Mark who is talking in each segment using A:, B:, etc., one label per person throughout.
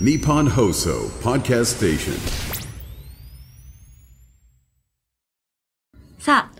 A: Nippon Hoso Podcast Station.
B: さ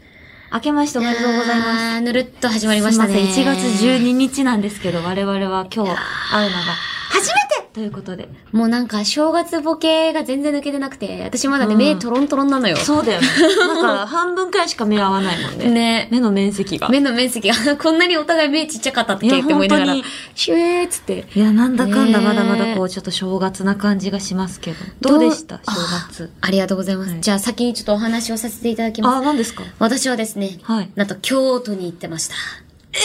B: あ、明けましておめでとうございます。
C: す。ぬるっと始まりましたね。
B: すいません、1月
C: 12
B: 12日なんですけど、我々は今日会うのが
C: 初めて
B: ということで。
C: もうなんか正月ボケが全然抜けてなくて、私まだね、目トロントロンなのよ。
B: そうだよね。なんか、半分くらいしか目合わないもんね。
C: ね
B: 目の面積が。
C: 目の面積が、 こんなにお互い目ちっちゃかったっけ
B: いや
C: って思いながら
B: 本当に、
C: シュエーっつって。
B: いや、なんだかんだ
C: ね
B: まだまだこう、ちょっと正月な感じがしますけど。どうでした
C: どう
B: 正月。
C: ありがとうございます。
B: はい
C: じゃあ先にちょっとお話をさせていただき
B: あ、
C: ます。
B: 何ですか
C: 私はですね、
B: はい
C: なんと京都に行ってました。
B: え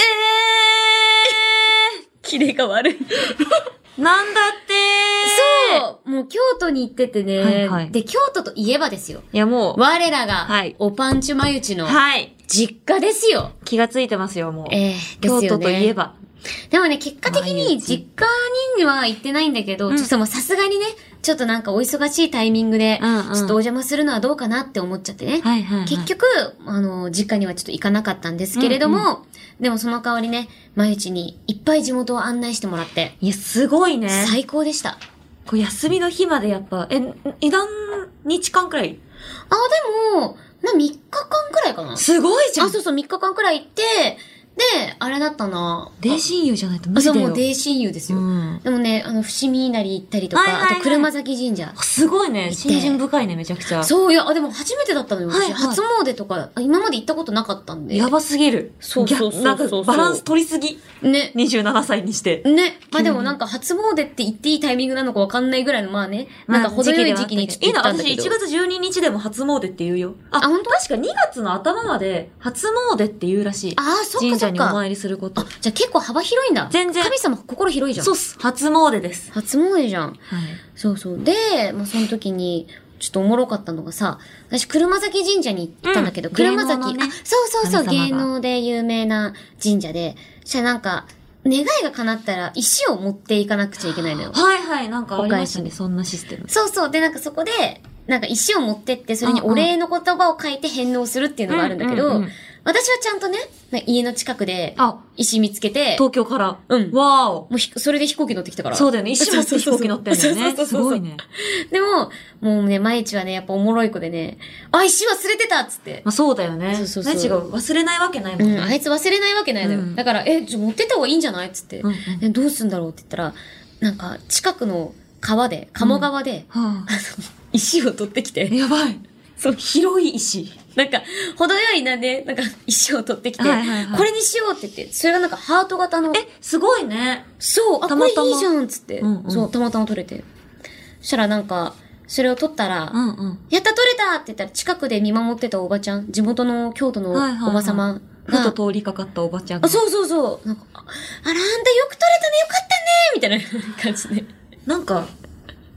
C: キレが悪い。
B: ーなんだってう
C: そうもう京都に行っててね、
B: はいはい
C: で、京都といえばですよ。
B: いや、もう、
C: 我らが、
B: はい
C: おパンチュマユチの
B: はい。
C: 実家ですよ。
B: 気がついてますよ、もう。
C: ええ
B: 京都といえ。
C: ですよね
B: ば。
C: でもね、結果的
B: 毎
C: に
B: 日
C: 実家には行ってないんだけど、
B: うん
C: ちょっともうさすがにね、ちょっとなんかお忙しいタイミングで、
B: うんうん
C: ちょっとお邪魔するのはどうかなって思っちゃってね。
B: はいはいはい
C: 結局、あの、実家にはちょっと行かなかったんですけれども、
B: う
C: でもその代わりね、毎日にいっぱい地元を案内してもらって、
B: いや、すごいね。
C: 最高でした。
B: こう休みの日までやっぱ、え、え、何日間くらい
C: あ、でも、な、3日間くらいかな。あ、
B: すごいじゃん
C: そうそう、3日間くらい行って、で、あれだったな。
B: デイ親友じゃないと無
C: あ、
B: 理だ
C: そう、
B: よ。
C: もうデ親友ですよ。
B: うん
C: でもね、あの、伏見稲荷行ったりとか、
B: はいはいはい
C: あと車崎神社。
B: すごいね。
C: って
B: 信心深いね、めちゃくちゃ。
C: そう、いや、あでも初めてだったのよ、私。
B: はいはい
C: 初詣とか、あ今まで行ったことなかったんで。
B: やばすぎる。
C: そうそうそうそう
B: 逆なんかバランス取りすぎ。
C: ね。
B: 27歳にして。
C: ね。
B: 急
C: まあ
B: に
C: でもなんか初詣って言っていいタイミングなのかわかんないぐらいの、まあね。
B: まあ
C: なんか程よい時期にちょっと行ったんだ
B: い
C: け
B: いの
C: ど。
B: 私1月12日でも初詣って言うよ。あ、
C: あ本当
B: 確か2月の頭まで初詣って言うらしい。
C: ああ、そっか
B: 神
C: そ
B: 社
C: っ
B: にお
C: か。
B: 参りすること
C: あ。、じゃあ結構幅広いんだ。
B: 全然
C: 神様心広いじゃん。
B: そうっす。初詣です。
C: 初詣じゃん。
B: はい。
C: そうそう。で、まあその時に、ちょっとおもろかったのがさ、私、車崎神社に行ったんだけど、
B: うん
C: 車崎、
B: 芸能のね
C: あ、そうそうそう、
B: 神様が
C: 芸能で有名な神社で、そしたらなんか、願いが叶ったら石を持っていかなくちゃいけないのよ。
B: はいはい、なんかありました
C: お返しに
B: ね、そんなシステム。
C: そうそう。で、なんかそこで、なんか石を持ってって、それにお礼の言葉を書いて返納するっていうのがあるんだけど、
B: うんうんうん
C: 私はちゃんとね、なんか家の近くで
B: あ、
C: 石見つけて、
B: 東京から。
C: うん
B: わーお。
C: もうひそれで飛行機乗ってきたから。
B: そうだよね。一瞬持って飛行機乗ってんだよ
C: そう
B: ね。
C: そう
B: す
C: そうそう
B: ごいね。
C: でも、もうね、毎日はね、やっぱおもろい子でね、あ、石忘れてたっつって。
B: まあそうだよね。
C: そうそうそう
B: ね違う。忘れないわけないも
C: うんん、あ
B: ね。
C: いつ忘れないわけないのよ。
B: うん
C: だから、え、じゃあ持ってった方がいいんじゃないっつって、
B: うんうん
C: えどうすんだろうって言ったら、なんか、近くの川で、鴨川で、
B: は
C: あの石を取ってき
B: あ、
C: て、
B: やばい。
C: そう、
B: 広い石。
C: なんか、程よいなね、なんか、石を取ってきて、
B: はいはいはい
C: これにしようって言って、それがなんかハート型の、
B: え、すごいね。
C: そう、あ、
B: たまたま
C: これいいじゃんっつって、
B: うんうん
C: そう、たまたま取れて。そしたらなんか、それを取ったら、
B: うんうん。
C: やった取れたって言ったら近くで見守ってたおばちゃん、地元の京都の
B: はいはいはい
C: おばさまが、
B: ふと通りかかったおばちゃんが。
C: あ、そうそうそう。なんか、ああら、あんたよく取れたね、よかったねみたいな感じで。
B: なんか、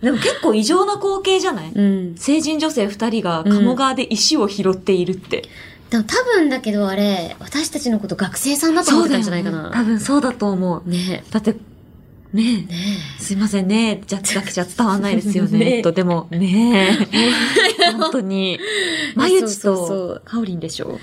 B: でも結構異常な光景じゃない
C: うん。
B: 成人女性二人が鴨川で石を拾っているって。
C: でも多分だけどあれ、私たちのこと学生さんだと思ってたんじゃないか
B: ね
C: な。
B: 多分そうだと思う。
C: ね
B: だって、ね
C: え。ね
B: え、すいませんねえ、じゃ、だけじゃ伝わんないですよ
C: ねえ
B: ね。えっと、でも、 ねえ。本当に。まゆち
C: そうそうそ
B: と
C: う、
B: かおりんでしょ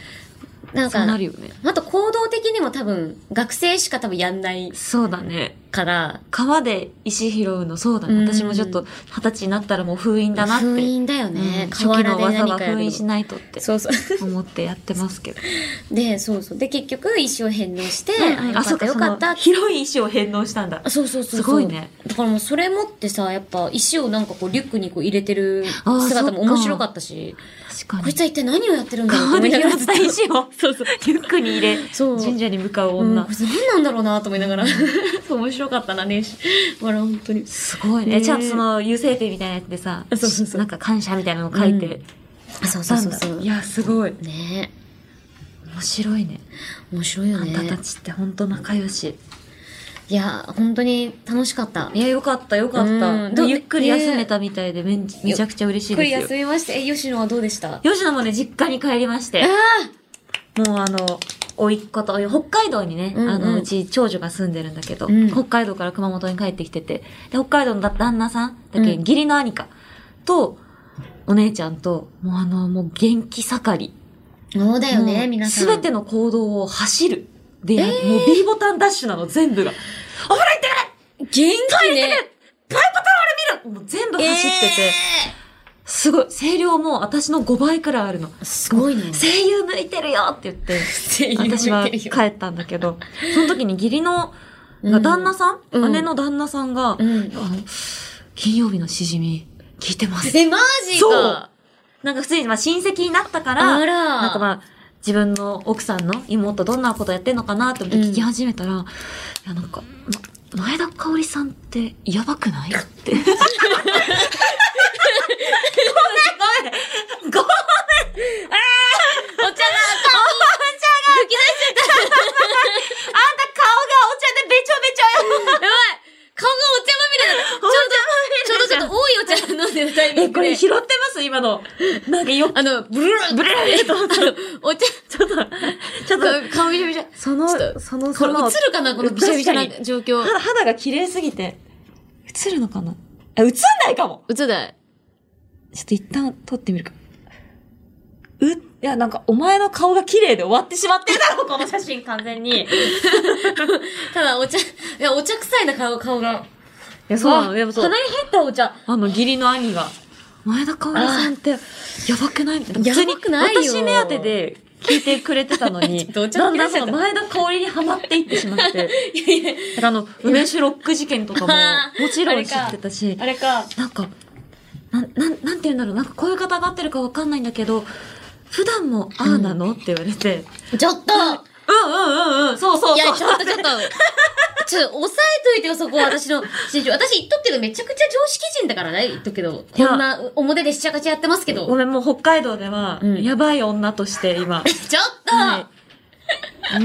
C: え。なん
B: そう
C: か、
B: なるよね。
C: あと行動的にも多分、学生しか多分やんない
B: そうだね。
C: から、
B: 川で石拾うの、そうだね。
C: うん
B: 私もちょっと、二十歳になったらもう封印だなって。
C: 封印だよ
B: う
C: ね
B: ん。初
C: 河
B: 期
C: 原
B: の
C: で
B: 技
C: 何
B: は
C: かや
B: 封
C: る
B: 印し
C: の。
B: ないとって
C: そうそう。
B: 思ってやってます けど。
C: で、そうそう。で、結局、石を返納して、
B: うんうん
C: あ、よかったよかった
B: その広い石を返納したんだ
C: あ。そうそうそうそう
B: すごいね
C: だからもうそれ持ってさやっぱ石をなんかこうリュックにこう入れてる
B: あー
C: 姿も
B: そっか
C: 面白かったし
B: 確か
C: こい
B: に
C: つ。は一体何をやってるんだろうと
B: 川
C: 思
B: で
C: いながら
B: 拾った石を、
C: そうそう
B: リュックに入れ、
C: そう
B: 神社に向かう
C: うん、
B: 女
C: こ。いつ何なんだろうなと思いながらそう面白かったなねあら本当に
B: すごい
C: ね
B: ね。
C: え
B: えじゃあ、その、油性ペンみたいなやつでさ、
C: そうそうそう
B: なんか感謝みたいなの書いて、
C: うん
B: や
C: あそう
B: っ
C: そう
B: たん
C: そう
B: だ
C: そう
B: いや、すごい。
C: ね
B: 面白いね。
C: 面白いよ
B: あんたた
C: ね
B: ちって本当仲良し。
C: いや本当に楽しかった
B: いや、よかった、よかった。
C: うんどう
B: ゆっくり休めたみたいでめん、めちゃくちゃ嬉しい
C: ゆっくり
B: です
C: 休
B: よ。
C: みましたえ吉野はどうでした
B: 吉野もね、実家に帰りまして。もうあの、甥っ子と、北海道にね、
C: うんうん
B: あの、うち長女が住んでるんだけど、
C: うん
B: 北海道から熊本に帰ってきてて、で、北海道のだ旦那さん、だけ、
C: うん
B: 義理の兄か、と、お姉ちゃんと、もうあの、もう元気盛り。
C: そうだよね皆さん
B: すべての行動を走る。で、もう B ボタンダッシュなの、全部が。お風呂行ってくれ
C: 元気ね
B: パイプタオル見キロもう全部走ってて、すごい、声量も私の5倍くらいあるの。
C: えーすごいね。
B: 声優向いてるよって言って、私は帰ったんだけど、その時に義理の、
C: うん
B: 旦那さん、
C: うん
B: 姉の旦那さんが、
C: う
B: あ
C: ん。
B: の、金曜日のしじみ、聞いてます。
C: え、マジか
B: そうなんか普通にまあ親戚になったから、
C: あら
B: なんかまあ、自分の奥さんの妹どんなことやってんのかなって思って聞き始めたら、いやなんか、ま前田香織さんってやばくない って。ごめん、ごめん、ごめん、あんた顔がお
C: お茶が、お茶が吹き出しちゃっ
B: 茶でべちょべちょよ。
C: たやばい顔がお茶まみれだちょうど、ちょうどちょっと多いお茶飲んでるタイミン
B: え、
C: グで。
B: これ拾ってます今の。なんかよく、
C: あの、ブルル
B: ブルルル
C: ルと、お茶、
B: ちょっと、ちょっと、
C: 顔びしゃびしゃ。
B: その
C: ちょっ、と
B: その、
C: こ
B: そ
C: れ
B: の、
C: 映るかなこのびしゃびしゃな
B: 確かに
C: 状況。
B: 肌肌が綺麗すぎて。映るのかなあ、映んないかも
C: 映ない。
B: ちょっと一旦撮ってみるか。う、いや、なんか、お前の顔が綺麗で終わってしまってるだろ、この写真完全 に。い
C: ただ、お茶、いや、お茶臭いな、顔、顔が。
B: や、そうなの、でもそう。
C: 鼻に入ったお茶。
B: あの、義理の兄が、前田香織さんって、やばくないみたいな。
C: やばくないよ
B: 普通に私目当てで聞いてくれてたの
C: ち
B: に、
C: ょっとお茶
B: だ
C: 抜
B: ん
C: け
B: だ
C: 出
B: ん
C: しちゃ
B: そ
C: った
B: の前田香織にハマっていってしまって。
C: いやい
B: だ
C: や、
B: からあの、梅酒ロック事件とか も、
C: あー
B: もちろ
C: あ
B: ん
C: れ
B: 知
C: か
B: ってたし、
C: あれか。
B: なんか、なん、なん、なんて言うんだろう、なんかこういう方が合ってるかわかんないんだけど、普段もああなの、って言われて、
C: ちょっと
B: うんうんうんうん、そうそうそう。
C: いや、ちょっとちょっと。ちょっと、押さえといてよ、そこ、私の身長。私言っとくけど、めちゃくちゃ常識人だからね、言っとくけど。
B: いや
C: こんな、表でしちゃかちゃやってますけど。
B: ごめん、もう北海道では、
C: うん
B: やばい女として 今、
C: ちょっと、
B: はい。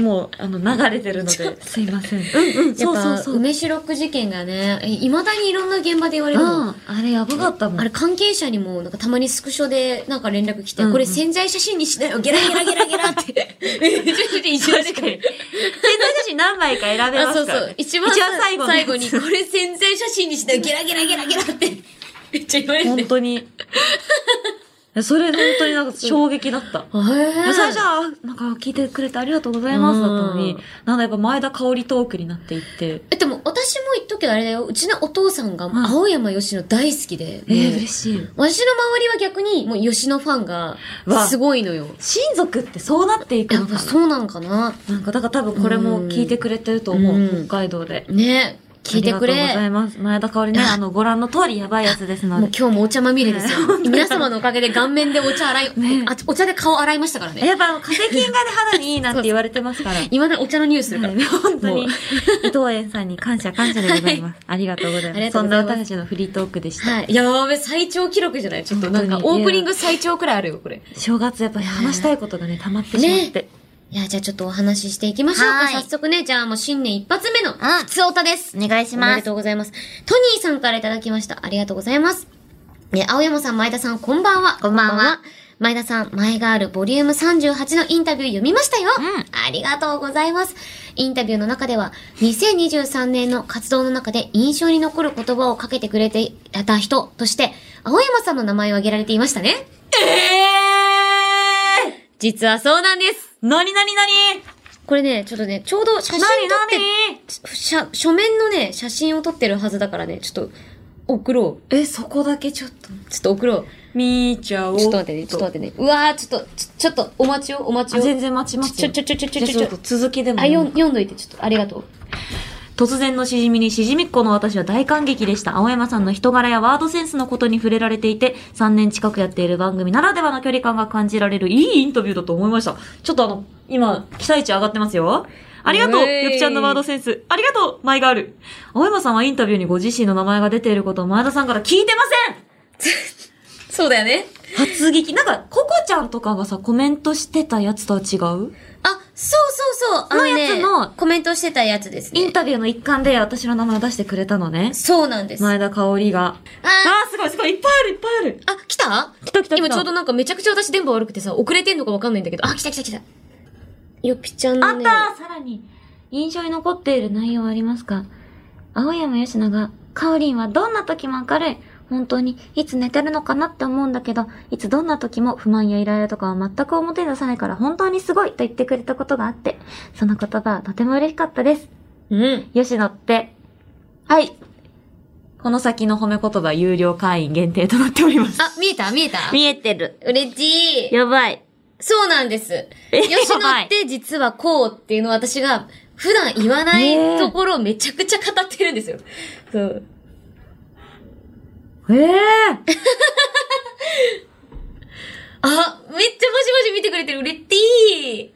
B: もう、あの、流れてるの
C: ちょっ
B: で、すいません。うんうん、
C: や
B: そ
C: っ
B: う
C: ぱ
B: そうそう。
C: 梅酒ロック事件がね、いまだにいろんな現場で言われるの。
B: あれやばかったもん。
C: あれ関係者にも、なんかたまにスクショでなんか連絡来て、
B: うんうん
C: これ潜在写真にしなよ、ゲラゲラゲラゲ ラって。めちゃくちゃいじられてる。
B: 潜在写真何枚か選べま
C: あ、そ
B: す
C: う
B: か
C: そ
B: ら
C: う
B: ね。。
C: 一番
B: 最後のやつ
C: 最後に、これ潜在写真にしなよ、ゲラゲラゲラゲラって。めっちゃ言われてる
B: 本。当 に。いやそれ本当になんか衝撃だった。
C: へー
B: 最初は、あなんか聞いてくれてありがとうございますだったの
C: う
B: に
C: ん、
B: なんだやっぱ前田香織トークになっていって、
C: え、でも私も言っとくけどあれだよ。うちのお父さんが
B: ん
C: 青山吉野大好きで。
B: えー、
C: もう
B: 嬉しい。
C: 私の周りは逆に、もう吉野ファンが
B: わ
C: すごいのよ。
B: 親族ってそうなっていく
C: や
B: の
C: っ
B: か
C: ぱそうなのかな
B: ななんか、だから多分これも聞いてくれてると思
C: う
B: う、
C: ん
B: 北海道で。
C: ね聞いてく
B: ありがとうござ
C: れ。
B: います。前田香 織ね、あの、ご覧の通りやばいやつですの
C: もう
B: で。
C: 今日もお茶まみれです よ
B: ね本。当に
C: 皆様のおかげで顔面でお茶洗い、
B: ね
C: あお茶で顔洗いましたからね。
B: やっぱ、化石菌がね、肌にいいなんて言われてます から。
C: いまだにお茶のニュースするから。
B: ね本当
C: もう
B: に、伊藤園さんに感謝感謝でござい ます。ありがとうござい
C: あり
B: ま
C: が
B: す。
C: とう
B: そ
C: ご
B: ん
C: ざい
B: な
C: ます
B: 私たちのフリートークでした。
C: はい。やべ、最長記録じゃないちょっとなんか
B: 本当
C: オ
B: に
C: ープニング最長くらいあるよ、これ。
B: 正月やっぱり話したいことがね、溜まってしまって。
C: いや、じゃあちょっとお話ししていきましょうか。
D: はい
C: 早速ね、じゃあもう新年一発目の、普通おたです。
D: お願いし
C: おめ
D: ま。
C: ですとうございます。トニーさんからいただきました。ありがとうございます。ね、青山さん、前田さん、こんばんは。
D: こんばんは。
C: 前田さん、前ガールボリューム38のインタビュー読みましたよ。
D: うん
C: ありがとうございます。インタビューの中では、2023年の活動の中で印象に残る言葉をかけてくれていた人として、青山さんの名前を挙げられていましたね。
B: ええ
C: 実はそうなんです。
B: ーなになになに
C: これね、ちょっとね、ちょうど写真撮
B: なにな
C: って
B: に
C: 写書面のね、写真を撮ってるはずだからね、ちょっと、送ろ
B: え、そこだけちょっと。
C: う。ちょっと送ろう。
B: 見ちゃおう。
C: ちょっと待ってね、ちょっと待ってね。うわー、ちょっと、ちょちょっと、お待ちを、お待ち
B: あ
C: を。
B: 全然待ちます
C: ちょ
B: よ。
C: ちょちょちょち
B: じゃ
C: ょ
B: あ
C: ち
B: ち
C: ょ
B: ょ
C: ち
B: っ
C: ょ
B: と。続きでも
C: あ、
B: いい
C: よん読んどいて、ちょっと、ありがとう。
B: 突然のしじみにしじみっ子の私は大感激でした。青山さんの人柄やワードセンスのことに触れられていて、3年近くやっている番組ならではの距離感が感じられるいいインタビューだと思いました。ちょっとあの、今、期待値上がってますよ。ありがと
C: う
B: う
C: えい
B: ゆきちゃんのワードセンス。ありがとうマイガール。青山さんはインタビューにご自身の名前が出ていることを前田さんから聞いてま
C: そうだよね。
B: せん発撃。なんか、ココちゃんとかがさ、コメントしてたやつとは違う
C: あ、そうそうそう。あのね
B: のやつの
C: コメントしてたやつです
B: イン
C: ね。
B: タビューの一環で私の名前を出してくれたのね。
C: そうなんです。あ
B: 前田香織が。
C: ー、
B: あー、すごいすごい。いっぱいあるいっぱいある。
C: あ、来た
B: 来た来た来た
C: 今ちょうどなんかめちゃくちゃ私電波悪くてさ、遅れてんのかわかんないんだけど。あ、来た来た来た。よぴちゃん
B: あ
C: の
B: っ
C: ね。
B: たさらに、印象に残っている内容はありますか青山吉野が、カオリンはどんな時も明るい。本当に、いつ寝てるのかなって思うんだけど、いつどんな時も不満やイライラとかは全く表に出さないから本当にすごいと言ってくれたことがあって、その言葉はとても嬉しかったです。
C: うん。
B: 吉野って、はい。この先の褒め言葉有料会員限定となっております。
C: あ、見えた見えた
B: 見えてる。
C: 嬉しい。
B: やばい。
C: そうなんです。
B: え
C: 吉
B: や
C: 野
B: ば
C: っ
B: い
C: て実はこうっていうのを私が普段言わな
B: へ
C: い
B: ー
C: ところをめちゃくちゃ語ってるんですよ。そう。
B: ええ
C: あ、めっちゃマジマジ見てくれてる。嬉しい。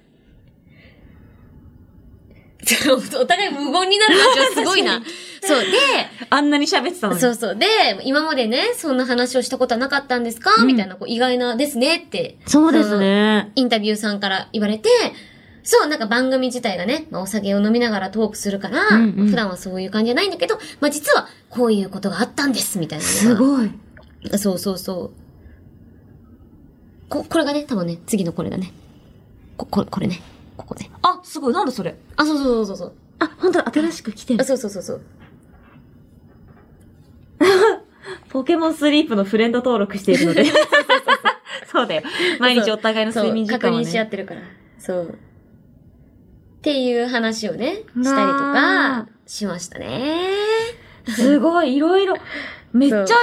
C: そうお互い無言になる感じはすごいな。そう。で、
B: あんなに喋ってたのに。
C: そうそう。で、今までね、そんな話をしたことはなかったんですか、みたいな、こう、意外なですねって。
B: そうですね。
C: インタビューさんから言われて、そう、なんか番組自体がね、まあ、お酒を飲みながらトークするから、
B: うんうん
C: 普段はそういう感じじゃないんだけど、まあ、実はこういうことがあったんです、みたいなの
B: す
C: が。
B: ごい。
C: そうそうそう。こ、これがね、多分ね、次のこれだね。こ、これ、これね。ここね。
B: あ、すごい。なんだそれ。
C: あ、そうそうそうそう
B: あ、本当だ新しく来て
C: そう。あ、
B: る。
C: そうそうそうそう。
B: ポケモンスリープのフレンド登録しているので。 そうだよ。毎日お互いの睡眠時間を、
C: そう
B: ね。
C: 確認し合ってるから。そう。っていう話をね、したりと
B: な
C: か
B: あ、
C: しましたね。
B: すごい、いろいろ。めっちゃ
C: そ、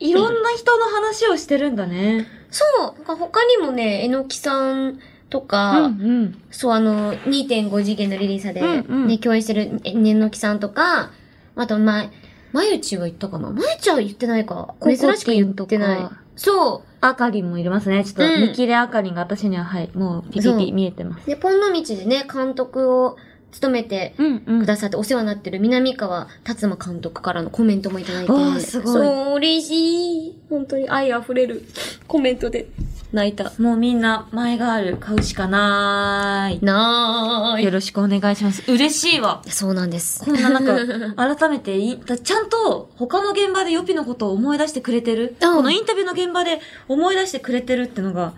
B: いろんな人の話をしてるんだね。
C: そう、なんか他にもね、えのきさんとか、
B: うん。
C: そう、あの、2.5次元のリリーサで、ね、
B: うんうん
C: 共演してるえねのきさんとか、あと、ま、まゆちは言ったかなまゆちは言ってないか。
B: ココテ
C: 珍
B: ィンとか
C: しく言ってない。そ
B: あかりんもいますね。ちょっと、
C: うん
B: 見切れあかりんが私には、はい、もうピ
C: そ
B: ピ
C: う
B: ピ見えてます。
C: う。で、ポンの道でね、監督を務めて
B: うんう
C: く
B: ん。
C: ださって、お世話になってる南川達馬監督からのコメントもいただいて。
B: わあすごい
C: そう、嬉しい。本当に愛溢れるコメントで泣いた。
B: もうみんな、マイガール買うしかなー
C: なー
B: い。よ
C: い。
B: ろしくお願いします。嬉しいわ。
C: そうなんです。
B: こんななんか、 改めていい、だちゃんと他の現場でヨピのことを思い出してくれてる。
C: うん
B: このインタビューの現場で思い出してくれてるってのが、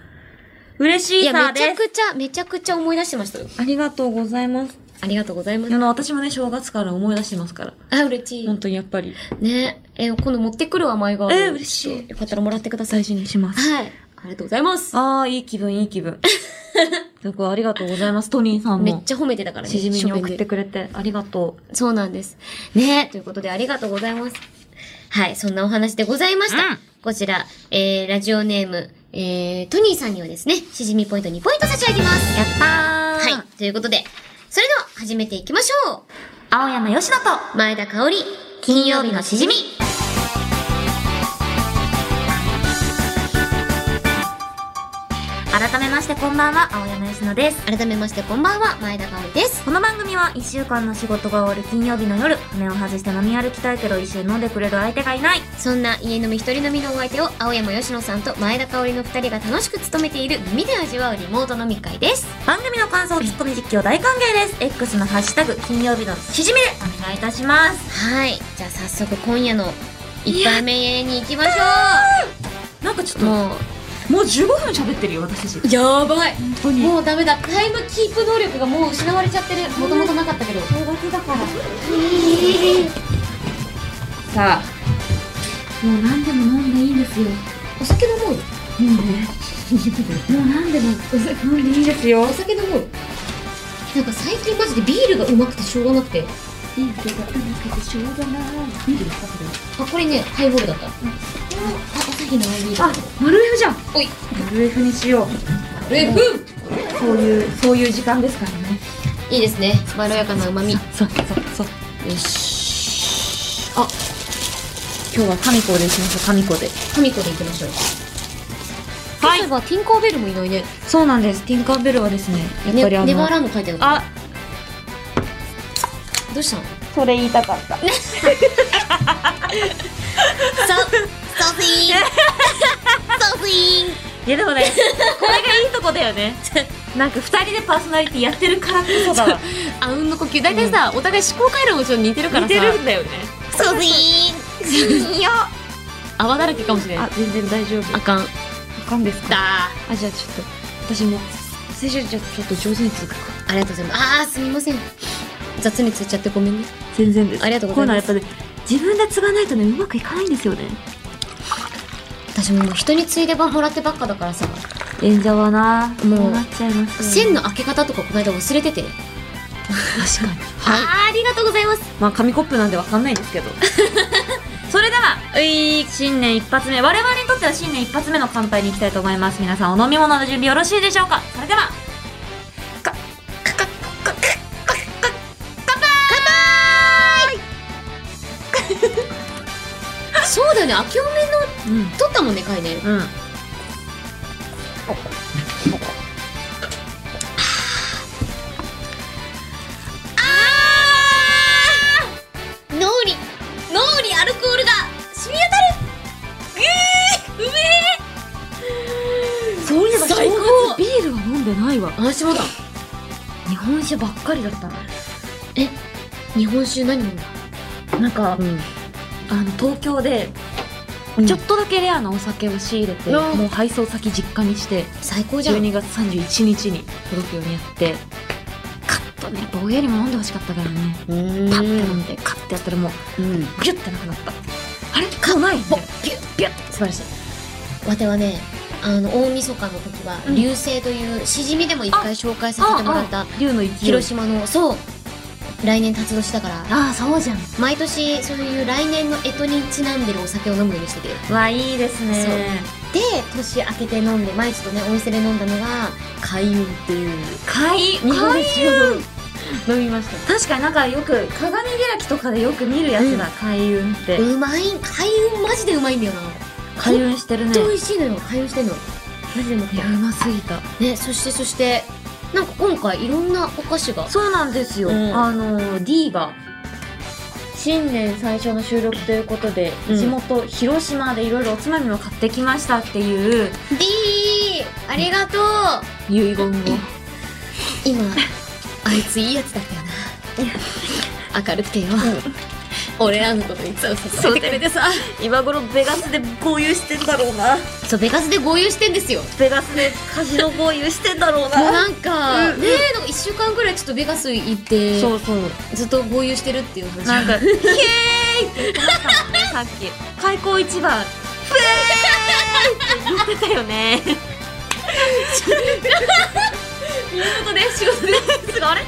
B: 嬉
C: い
B: しい
C: や、
B: さ
C: めち
B: で
C: ゃ
B: す。
C: くちゃ、めちゃくちゃ思い出してましたよ。
B: ありがとうございます。
C: ありがとうございま
B: あ
C: す。
B: の、私もね、正月から思い出してますから。
C: あ、嬉しい
B: 本。当にやっぱり。
C: ねえ、今度持ってくるわ、前が。
B: えー嬉しい
C: よかったらもらってください。
B: 大事にします。
C: はい。ありがとうございます。
B: ああ、いい気分、いい気 分。すごい、ありがとうございます。トニーさん
C: めっ
B: も。
C: ちゃ褒めてたからね。
B: しじみに
C: 初見
B: 送
C: で
B: ってくれて、ありがとう。
C: そうなんです。ねえ、ということでありがとうございます。はい、そんなお話でございました。
B: うん
C: こちら、えー、ラジオネーム、えー、トニーさんにはですね、しじみポイント2ポイント差し上げます。やったーはい、ということで、それでは始めていきましょ
B: 青山よしと
C: う前田香織、金曜日のしじみ
B: 改めましてこんばんは、青山よしです。
C: 改めましてこんばんは、前田香織です。
B: この番組は1週間の仕事が終わる金曜日の夜、目を外して飲み歩きたいけど一緒に飲んでくれる相手がいない。
C: そんな家飲み一人飲みのお相手を青山佳乃さんと前田香織の2人が楽しく務めている耳で味わうリモート飲み会です
B: 番組の感想、ツッコミ実況大歓迎です。X のハッシュタグ、金曜日のしじみでお願いいたします。
C: はいじゃあ早速今夜の一杯目に行きまし
B: なんかちょ
C: ょうも
B: う、もう15分喋ってるよ、私たち。
C: うやばい
B: 本当に
C: もうダメだタイムキープ能力がもう失われちゃってるもともとなかったけど
B: 正月だから。さあ、もう何でも飲んでいいんですよ。
C: お酒飲もうよ
B: もうね。もう何でも飲んでいいですよ
C: お。酒飲もうよなんか最近マジでビールがうまくてしょうがなくて
B: いいけど、なんかしょうがない。ビールですかそれ
C: あこれねハイボールだった、これもあ朝日のアイビー
B: あ、マルエフじゃん。
C: おい
B: マルエフにしよう。
C: レフ
B: そういう、そういう時間ですからね。
C: いいですねまろやかなうまみ
B: そう、そう、そう。
C: よし。あ、
B: 今日は神子でしましょう、神子で。
C: 神子で行きましょう。
B: は
C: 例え。ば、ティンカーベルもいないね。
B: そうなんです。ティンカーベルはですね、やっぱり
C: ね、
B: あ
C: ネバー
B: の、
C: ランド書いてあ
B: あ、
C: る。どうしたの
B: それ言いたか った。
C: ソ、ソフィーンソフィーン
B: いやでもね、これがいいとこだよね。なんか二人でパーソナリティやってるからこそだわ。
C: あうんの呼吸。大体さ、お互い思考回路もちょっと似てるか ら
B: 似
C: さ。
B: てるんだよね。
C: ソフィーン泡だらけかもしれない。
B: あ、全然大丈夫。
C: あかん。
B: かんですか
C: だ
B: あ、じゃあちょっと、私も、最初じゃあちょっと上手につくか。
C: ー。ありがとうございます。あー、すみません。雑についちゃってごめんね。
B: 全然です。
C: ありがとうございます
B: こういうのはやっぱね、自分で継がないとね、うまくいかないんですよね。
C: 私ももう人についでばもらってばっかだからさ、
B: 演者はな、
C: もう
B: こなっちゃいます、ね。
C: 線の開け方とかこの間忘れてて。
B: 確かに。
C: あー、ありがとうございます。
B: まあ、紙コップなんでわかんないですけど。それでは、うい新年一発目我々にとっては新年一発目の乾杯に行きたいと思います皆さんお飲み物の準備よろしいでしょうかそれではかかかかかかか
C: そうだよね明けおめの
B: うん
C: 取ったもんね回ね
B: うん
C: 脳裏脳裏アルコールが染み当たるうえーうめえ
B: そういえば
C: 最
B: 正
C: 高
B: 月ビールは飲んでないわ
C: 私もだ
B: 日本酒ばっかりだったな
C: え日本酒何飲んだ
B: なんか、あの東京で
C: うん
B: ちょっとだけレアなお酒を仕入れて、
C: うん
B: もう配送先実家にして
C: 最高じゃん
B: 12月31日に届くようにやってカッとねやっぱ親にも飲んでほしかったからね
C: う
B: パッて
C: ー
B: 飲
C: ん
B: んでカッてやったらもう
C: うん
B: ギュッてなくなったあれ買うないみた
C: ほ
B: い
C: っ
B: な
C: ピュッ
B: ギュッて素晴らしい
C: わてはねあの大晦日の時は
B: うん
C: 流星というしじみでも一回紹介させてもらった
B: 龍の勢い
C: 広島のそう来年辰年だから
B: ああそうじゃん
C: 毎年そういう来年の干支にちなんでるお酒を飲むようにしてて
B: わいいですね
C: で年明けて飲んで毎日とねお店で飲んだのが開運っていう
B: 開運
C: 日本酒を
B: 飲みました確かになんかよく鏡開きとかでよく見るやつだ、開運って
C: うまい開運マジでうまいんだよな
B: 開運してるね
C: 本当美味しいのよ開運してんのマジでうまく
B: い
C: て
B: やうますぎた
C: ねそしてそしてなんか今回いろんなお菓子が
B: そうなんですよ、
C: うん
B: あの D が新年最初の収録ということで、
C: うん
B: 地元広島でいろいろおつまみも買ってきましたっていう
C: D ありがとう
B: 遺言を
C: 今あいついいやつだったよな明るくてよ、俺らのこといつも支えてくれてさ
B: 今頃ベガスで豪遊してんだろうな
C: そうベガスで合流してんですよ
B: ベガスでカジノ豪遊してんだろう
C: もう
B: な
C: なんか、
B: うん
C: ねえなんか1週間ぐらいちょっとベガス行って
B: そうそう
C: ずっと合流してるっていう話
B: なん か「イエーイ!」って言ってましたもんねさっき開口一番「イエーイ!」って言ってたよね
C: 事で仕事で
B: あれ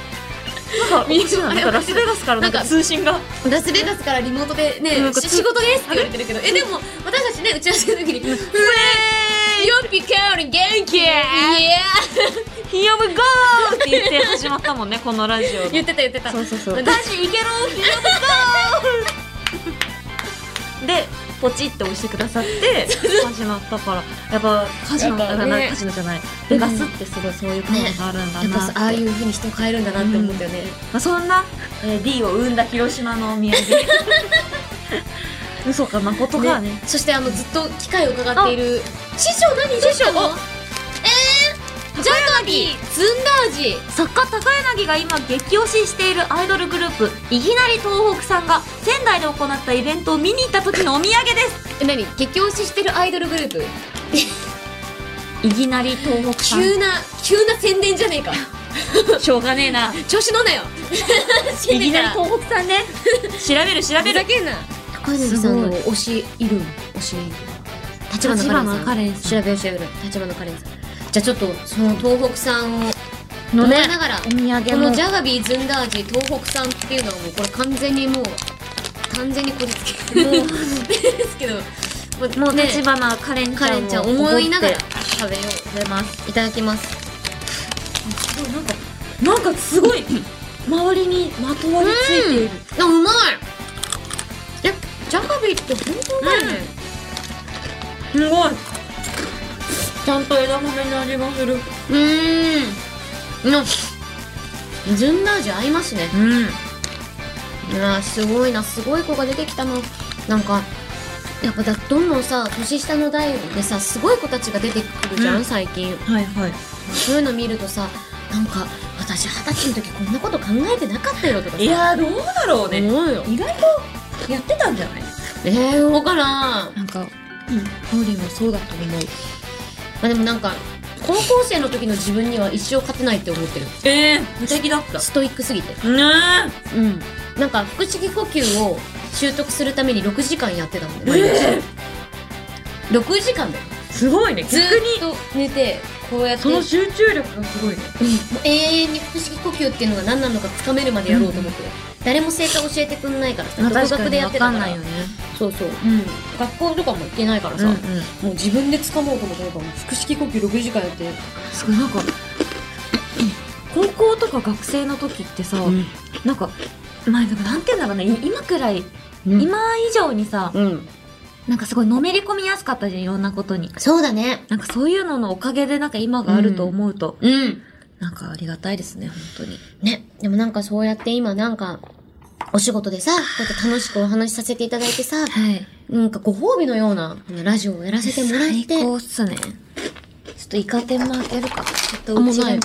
B: なんか面白いなんかラスベガスからなんか通信が
C: ラスベガスからリモートでね、
B: うん
C: し仕事ですって言われてるけどえでも私たちね打ち合わせの時に「うえーよっぴかおり元気!」いや
B: 「ヒヨムゴー!」って言って始まったもんねこのラジオの
C: 言ってた言ってた
B: そうそうそう
C: だ
B: 男子いけろヒヨムゴーでポチッと押してくださって始まったからやっぱカジノだからな、
C: やっぱね
B: カジノじゃないベガスってすごいそういう感じがあるんだ
C: やっぱ
B: な
C: そ
B: っ
C: う
B: て、
C: ああいう風に人を変えるんだなって思ったよね、
B: まあ、そんな、えー、D を生んだ広島のお土産 嘘か誠かはね
C: そしてあのずっと機会を伺っている師匠何師匠のえー、ジャガビーずんだ味
B: 作家高柳が今激推ししているアイドルグループいきなり東北さんが仙台で行ったイベントを見に行った時のお土産です
C: え何激推ししてるアイドルグループ
B: いきなり東北さん
C: 急な急な宣伝じゃねえか
B: しょうがねえな
C: 調子乗ん なよ
B: いきなり東北さんね調べる調べ
C: ふざ
B: る
C: けんな高柳さんの推しいる推しいる立花
B: 橘カ
C: カ
B: レ
C: レ
B: ン
C: ン
B: さ
C: さ
B: ん
C: ん調べよう調べよう立花カレンさんじゃあちょっとその東北さんを
B: のね
C: 飲みながら
B: お土
C: こ
B: 産
C: の
B: も
C: ジャガビーズンダージ東北さんっていうのはもうこれ完全にもう完全にこじつけ
B: も
C: ですけど
B: もう立花カレンち
C: カ
B: ゃ
C: レ
B: ん
C: ン
B: も
C: ちゃん思いながら
B: 怒っ
C: 食べよ
B: てくれます
C: ういただきます
B: すごいなんかなんかすごい周りにまとわりついている、
C: あうまいえジャガビーって本当うまいね、
B: すごいちゃんと枝豆の味がする
C: うーん。の、ずんだ味合いますね。
B: うん
C: あーすごいな、すごい子が出てきたの。なんか、やっぱだ、どんどんさ、年下の代でさ、すごい子たちが出てくるじゃん、
B: うん
C: 最近。
B: はいはい
C: そういうの見るとさ、なんか、私二十歳の時こんなこと考えてなかったよとかさ。
B: いやーどうだろうね、
C: 思うよ。
B: 意外とやってたんじゃない
C: えー、どうかな
B: なんか
C: カオリンはそうだと思う。まあでもなんか、高校生の時の自分には一生勝てないって思ってる。
B: ええ無敵だった
C: ストイックすぎて。
B: ね
C: うん、なんか腹式呼吸を習得するために6時間やってたもんね
B: え
C: 毎日6時間だよ
B: すごいね
C: ず
B: 逆
C: ーっ
B: に
C: と寝てこうやって
B: そ
C: も
B: の
C: う
B: 集中力がすごいね
C: 永遠に腹式呼吸っていうのが何なのかつかめるまでやろうと思ってる、誰も正解教えてくんないからさ、
B: まあ
C: 独
B: 確か
C: 学
B: に
C: でやっ
B: 分
C: てた
B: か
C: か
B: ん
C: ら
B: ないよね。
C: そうそう
B: うん。
C: 学校とかも行ってないからさ、
B: うんうん
C: もう自分で掴もうと思ったらもう腹式呼吸6時間やって
B: すごい、なんか、高校とか学生の時ってさ、なんか、まあ、なんかなんて言うんだろうね、い今くらい、
C: 今
B: 今以上にさ、
C: うん
B: なんかすごいのめり込みやすかったじゃん、いろんなことに。
C: そうだね
B: なんかそういうののおかげでなんか今があると思うと、
C: うん
B: なんかありがたいですね、本当に。
C: ねでもなんかそうやって今なんかお仕事でさ、こうやって楽しくお話しさせていただいて
B: は
C: さ、
B: い。
C: なんかご褒美のようなラジオをやらせてもらって、
B: 最高っすね。ちょっとイカ天も開けるか。ちょっと
C: あも
B: う
C: う
B: ち
C: ない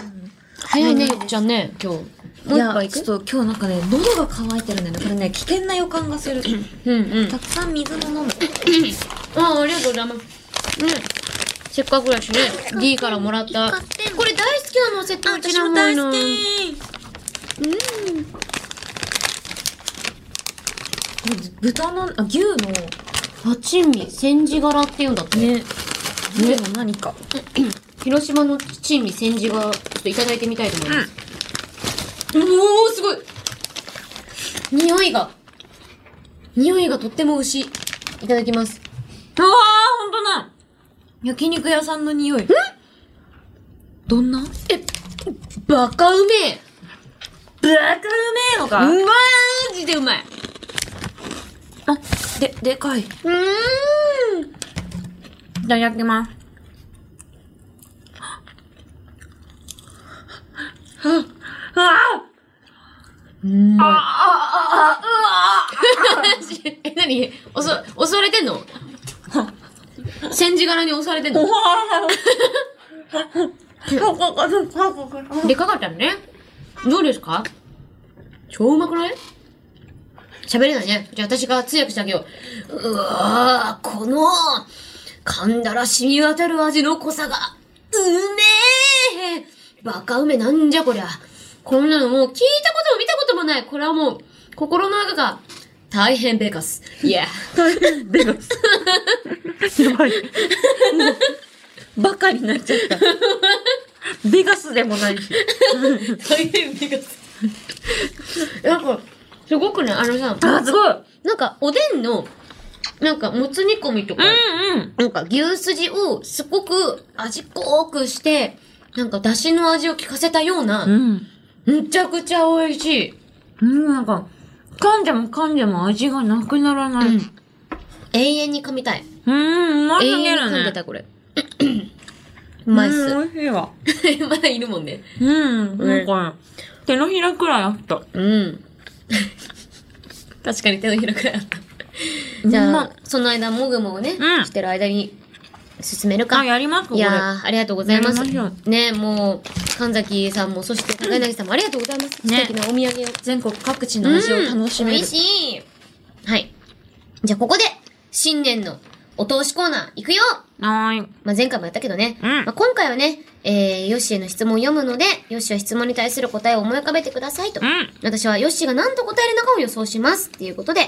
C: 早いね、ゆっちゃんね、今日。も
B: いう
C: 一
B: や、
C: 杯い
B: ちょ
C: く
B: っと今日なんかね、喉が渇いてるんだよね。これね、危険な予感がする。
C: うんうん。
B: たくさん水も飲む。
C: ああ、ありがとうございます。うん。せっかくだしね、D からもらった。
B: 買って
C: これ大好きなの、瀬戸内ラモンの。
B: うん。豚の、あ、牛の、
C: 八味、千字柄っていうんだって。
B: ね、牛の何か。
C: 広島の七味、千字柄、ちょっといただいてみたいと思います。
B: うん、おー、すごい
C: 匂いが、匂いがとっても牛。いただきます。
B: ああ、ほんとだ焼肉屋さんの匂い。どんなバ
C: え、バカうめえ
B: カうめえのか
C: まーじでうまい
B: あ、で、でかい。いう
C: ーん
B: ただきます。ああ
C: うん。
B: あああうわ
C: え、なにおそ、襲われてんの千字柄に押されてんのでかかったのね。どうですか超うまくない喋れないね。じゃあ私が通訳してあげよう。うわー、この、噛んだら染み渡る味の濃さが、うめえバカ梅なんじゃこりゃ。こんなのもう聞いたことも見たこともない。これはもう、心の中が、大変ベガス。いや。
B: やばい。バカになっちゃった。ベガスでもないし。
C: 大変ベガス。なんか、すごくね、あのさ、
B: あ、すごい
C: なんかおでんの、なんかもつ煮込みとか、
B: うんうん。
C: なんか牛すじをすごく味濃くして、なんか出汁の味を効かせたような、
B: うん。
C: むちゃくちゃ美味しい。
B: うん、なんか、噛んでも噛んでも味がなくならない。
C: うん永遠に噛みたい。
B: うん、うまい
C: 永
B: すぎ
C: 遠に
B: る
C: 噛んで
B: ね。
C: た、これ。うまいっす。
B: うん、美味しいわ。
C: まだいるもんね。
B: うん、なんか、手のひらくらいあった。
C: うん。確かに手のひらくらいあった。じ
B: う
C: ゃ
B: ま
C: あ、その間、もぐもぐね、
B: うん
C: してる間に進めるか。
B: あ、やりますか
C: いやー、ありがとうございます
B: やりましょ。
C: ね、もう、神崎さんも、そして高柳さんもありがとうございます。
B: ね
C: 素敵なお土産を。
B: 全国各地の味を楽しめる。
C: 美味しい。はい。じゃあ、ここで、新年のお通しコーナー、行くよ
B: はーい。
C: まあ、前回もやったけどね。
B: うん
C: まあ、今回はね、えー、ヨッシーへの質問を読むので、ヨッシーは質問に対する答えを思い浮かべてくださいと。
B: うん
C: 私はヨッシーが何と答えるのかを予想します。っていうことで、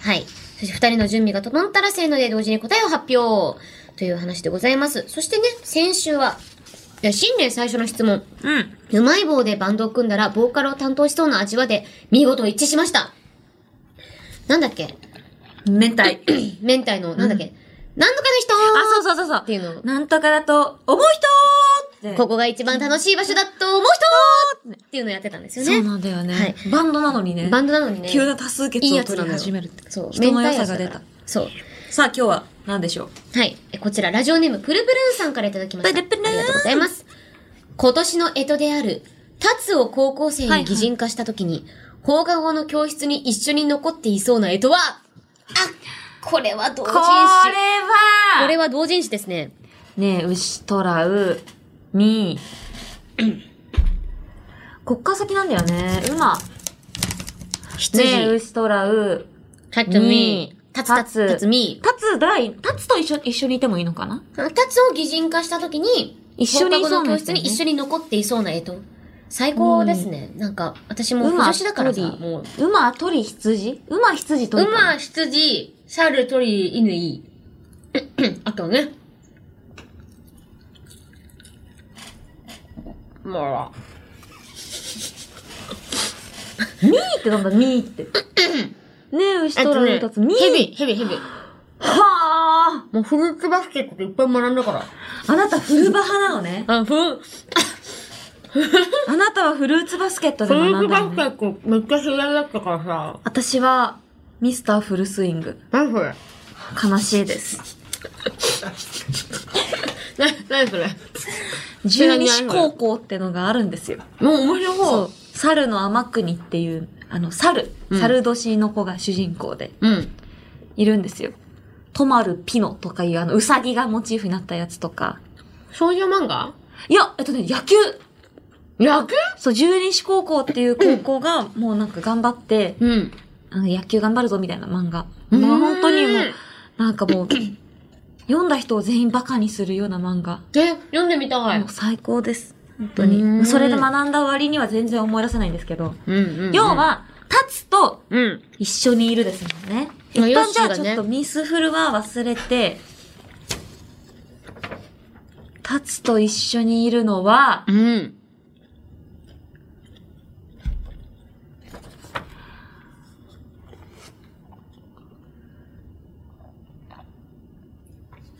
C: はい。そして二人の準備が整ったらせーので同時に答えを発表。という話でございます。そしてね、先週は、いや新年最初の質問。
B: うん。
C: うまい棒でバンドを組んだら、ボーカルを担当しそうな味わで、見事一致しました。なんだっけ
B: 明太。あ、
C: 明太の、なんだっけ、なんとかの人
B: そうそうそうそう。
C: っていうのを
B: なんとかだと、思う人ーって。
C: ここが一番楽しい場所だと思う人っていうのをやってたんですよ
B: そう
C: ね。
B: なんだよね、
C: はい
B: バンドなのにね。
C: バンドなのにね。
B: 急な多数決
C: いいや
B: を
C: つ
B: 取
C: な
B: り
C: のよ
B: 始めるって。
C: そう。
B: 人の良さ
C: 明
B: が
C: 太
B: 出
C: 味だか
B: た
C: ら。そう。
B: さあ今日は何でしょう
C: はい。えこちら、ラジオネーム、プルプルンさんからいただきました。
B: プルプルン
C: ありがとうございます。今年の干支である、タツを高校生
B: はいは
C: に
B: い
C: 擬人化したときに、放課後の教室に一緒に残っていそうな干支は、あ、これは同
B: こ
C: 人誌
B: れ。は
C: これは同人誌ですね。
B: ねえ、牛、トラウ、 ミー。こっから先なんだよね。馬。
C: 羊。
B: ねえ、牛、トラウ、
C: タツミ
B: ミ
C: ー。タツタツ、
B: タツ
C: タツミー。
B: タツだい、タツと一緒一緒にいてもいいのかな
C: タツを擬人化したときに、
B: 一緒にい
C: 放課
B: そ
C: 後
B: う
C: の
B: な
C: 教室に一緒
B: に。
C: に残っていそうな干支。最高ですね。なんか、私も女
B: 馬、
C: 子だからさ、
B: 鳥
C: もう、
B: 馬、鳥、羊馬、羊、鳥かな。
C: 馬、羊、猿、鳥、犬、い あとね。もう。
B: ミーってなんだ、ミー って。ねえ、牛とらの立つ、ミー。
C: ヘビ、ヘビ、ヘビ。
B: は
C: もうフルーツバスケットでいっぱい学んだから。
B: ああなたフルバ派なの ね。
C: あ、フル、
B: あなたはフルーツバスケット
C: フ
B: で
C: ルー
B: 学
C: ツ
B: んだの
C: バスケ
B: ね。
C: ットめっちゃ嫌いだったからさ。
B: 私は、ミスターフルスイング。
C: 何それ
B: 悲しいです。
C: な、何それ
B: 十二支高校ってのがあるんですよ。
C: もう面白そ
B: そうう。。猿の天国っていう、あの、猿、
C: うん
B: 猿年の子が主人公で
C: うん。
B: いるんですよ。トマルピノとかいう、あの、ウサギがモチーフになったやつとか。
C: 少女漫画
B: いや、えっとね、野球
C: 野球
B: そう、十二支高校っていう高校が、もうなんか頑張って、
C: うん。
B: あの野球頑張るぞみたいな漫画。
C: うん
B: もう本当にもう、なんかもう、 読んだ人を全員バカにするような漫画。
C: え、読んでみたい
B: もう。最高です。本当
C: う
B: に。
C: ん
B: それで学んだ割には全然思い出せないんですけど。
C: うんうん。
B: 要、は、立つと
C: うん。
B: 一緒にいるですもんね。
C: まあ
B: 一旦じゃ
C: ヨッ
B: あ
C: シーが
B: ち
C: ね
B: ょっとミスフルは忘れて、立つと一緒にいるのは、
C: うん。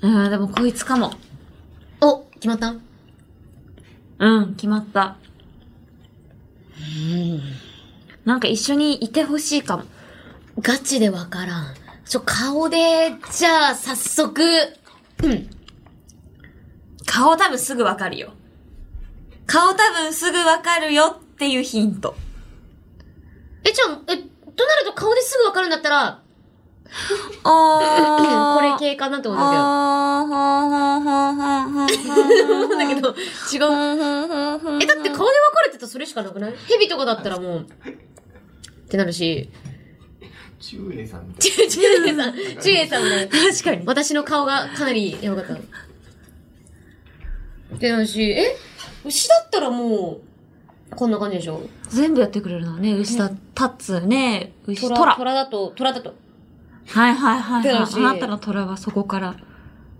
B: うん、でもこいつかも。
C: お、決まった
B: うん、決まった。なんか一緒にいてほしいかも。
C: ガチでわからん。ちょ、顔で、じゃあ、早速。うん。
B: 顔多分すぐわかるよ。顔多分すぐわかるよっていうヒント。
C: え、じゃあ、え、となると顔ですぐわかるんだったら、
B: あ
C: これ
B: 系
C: 系かなってことだ
B: あー、ほんほんほんほんほんほんほん。
C: けど。だけど、違う。
B: え
C: え、だって顔で分かれてたらそれしかなくないヘビとかだったらもう、ってなるし。
D: 中英さん
C: ちゅ、ちゅうえいさん、ちゅうえいさんもね、
B: 確かに。
C: 私の顔がかなりやばかった。ってなるし、え牛だったらもう、こんな感じでしょ
B: 全部やってくれるのね。牛だ、タッツ、ね、牛、
C: 虎
B: トラ。
C: 虎だと、虎だと、
B: はいはいはいはい。
C: トラ
B: あ
C: し
B: なたのトラはそこから。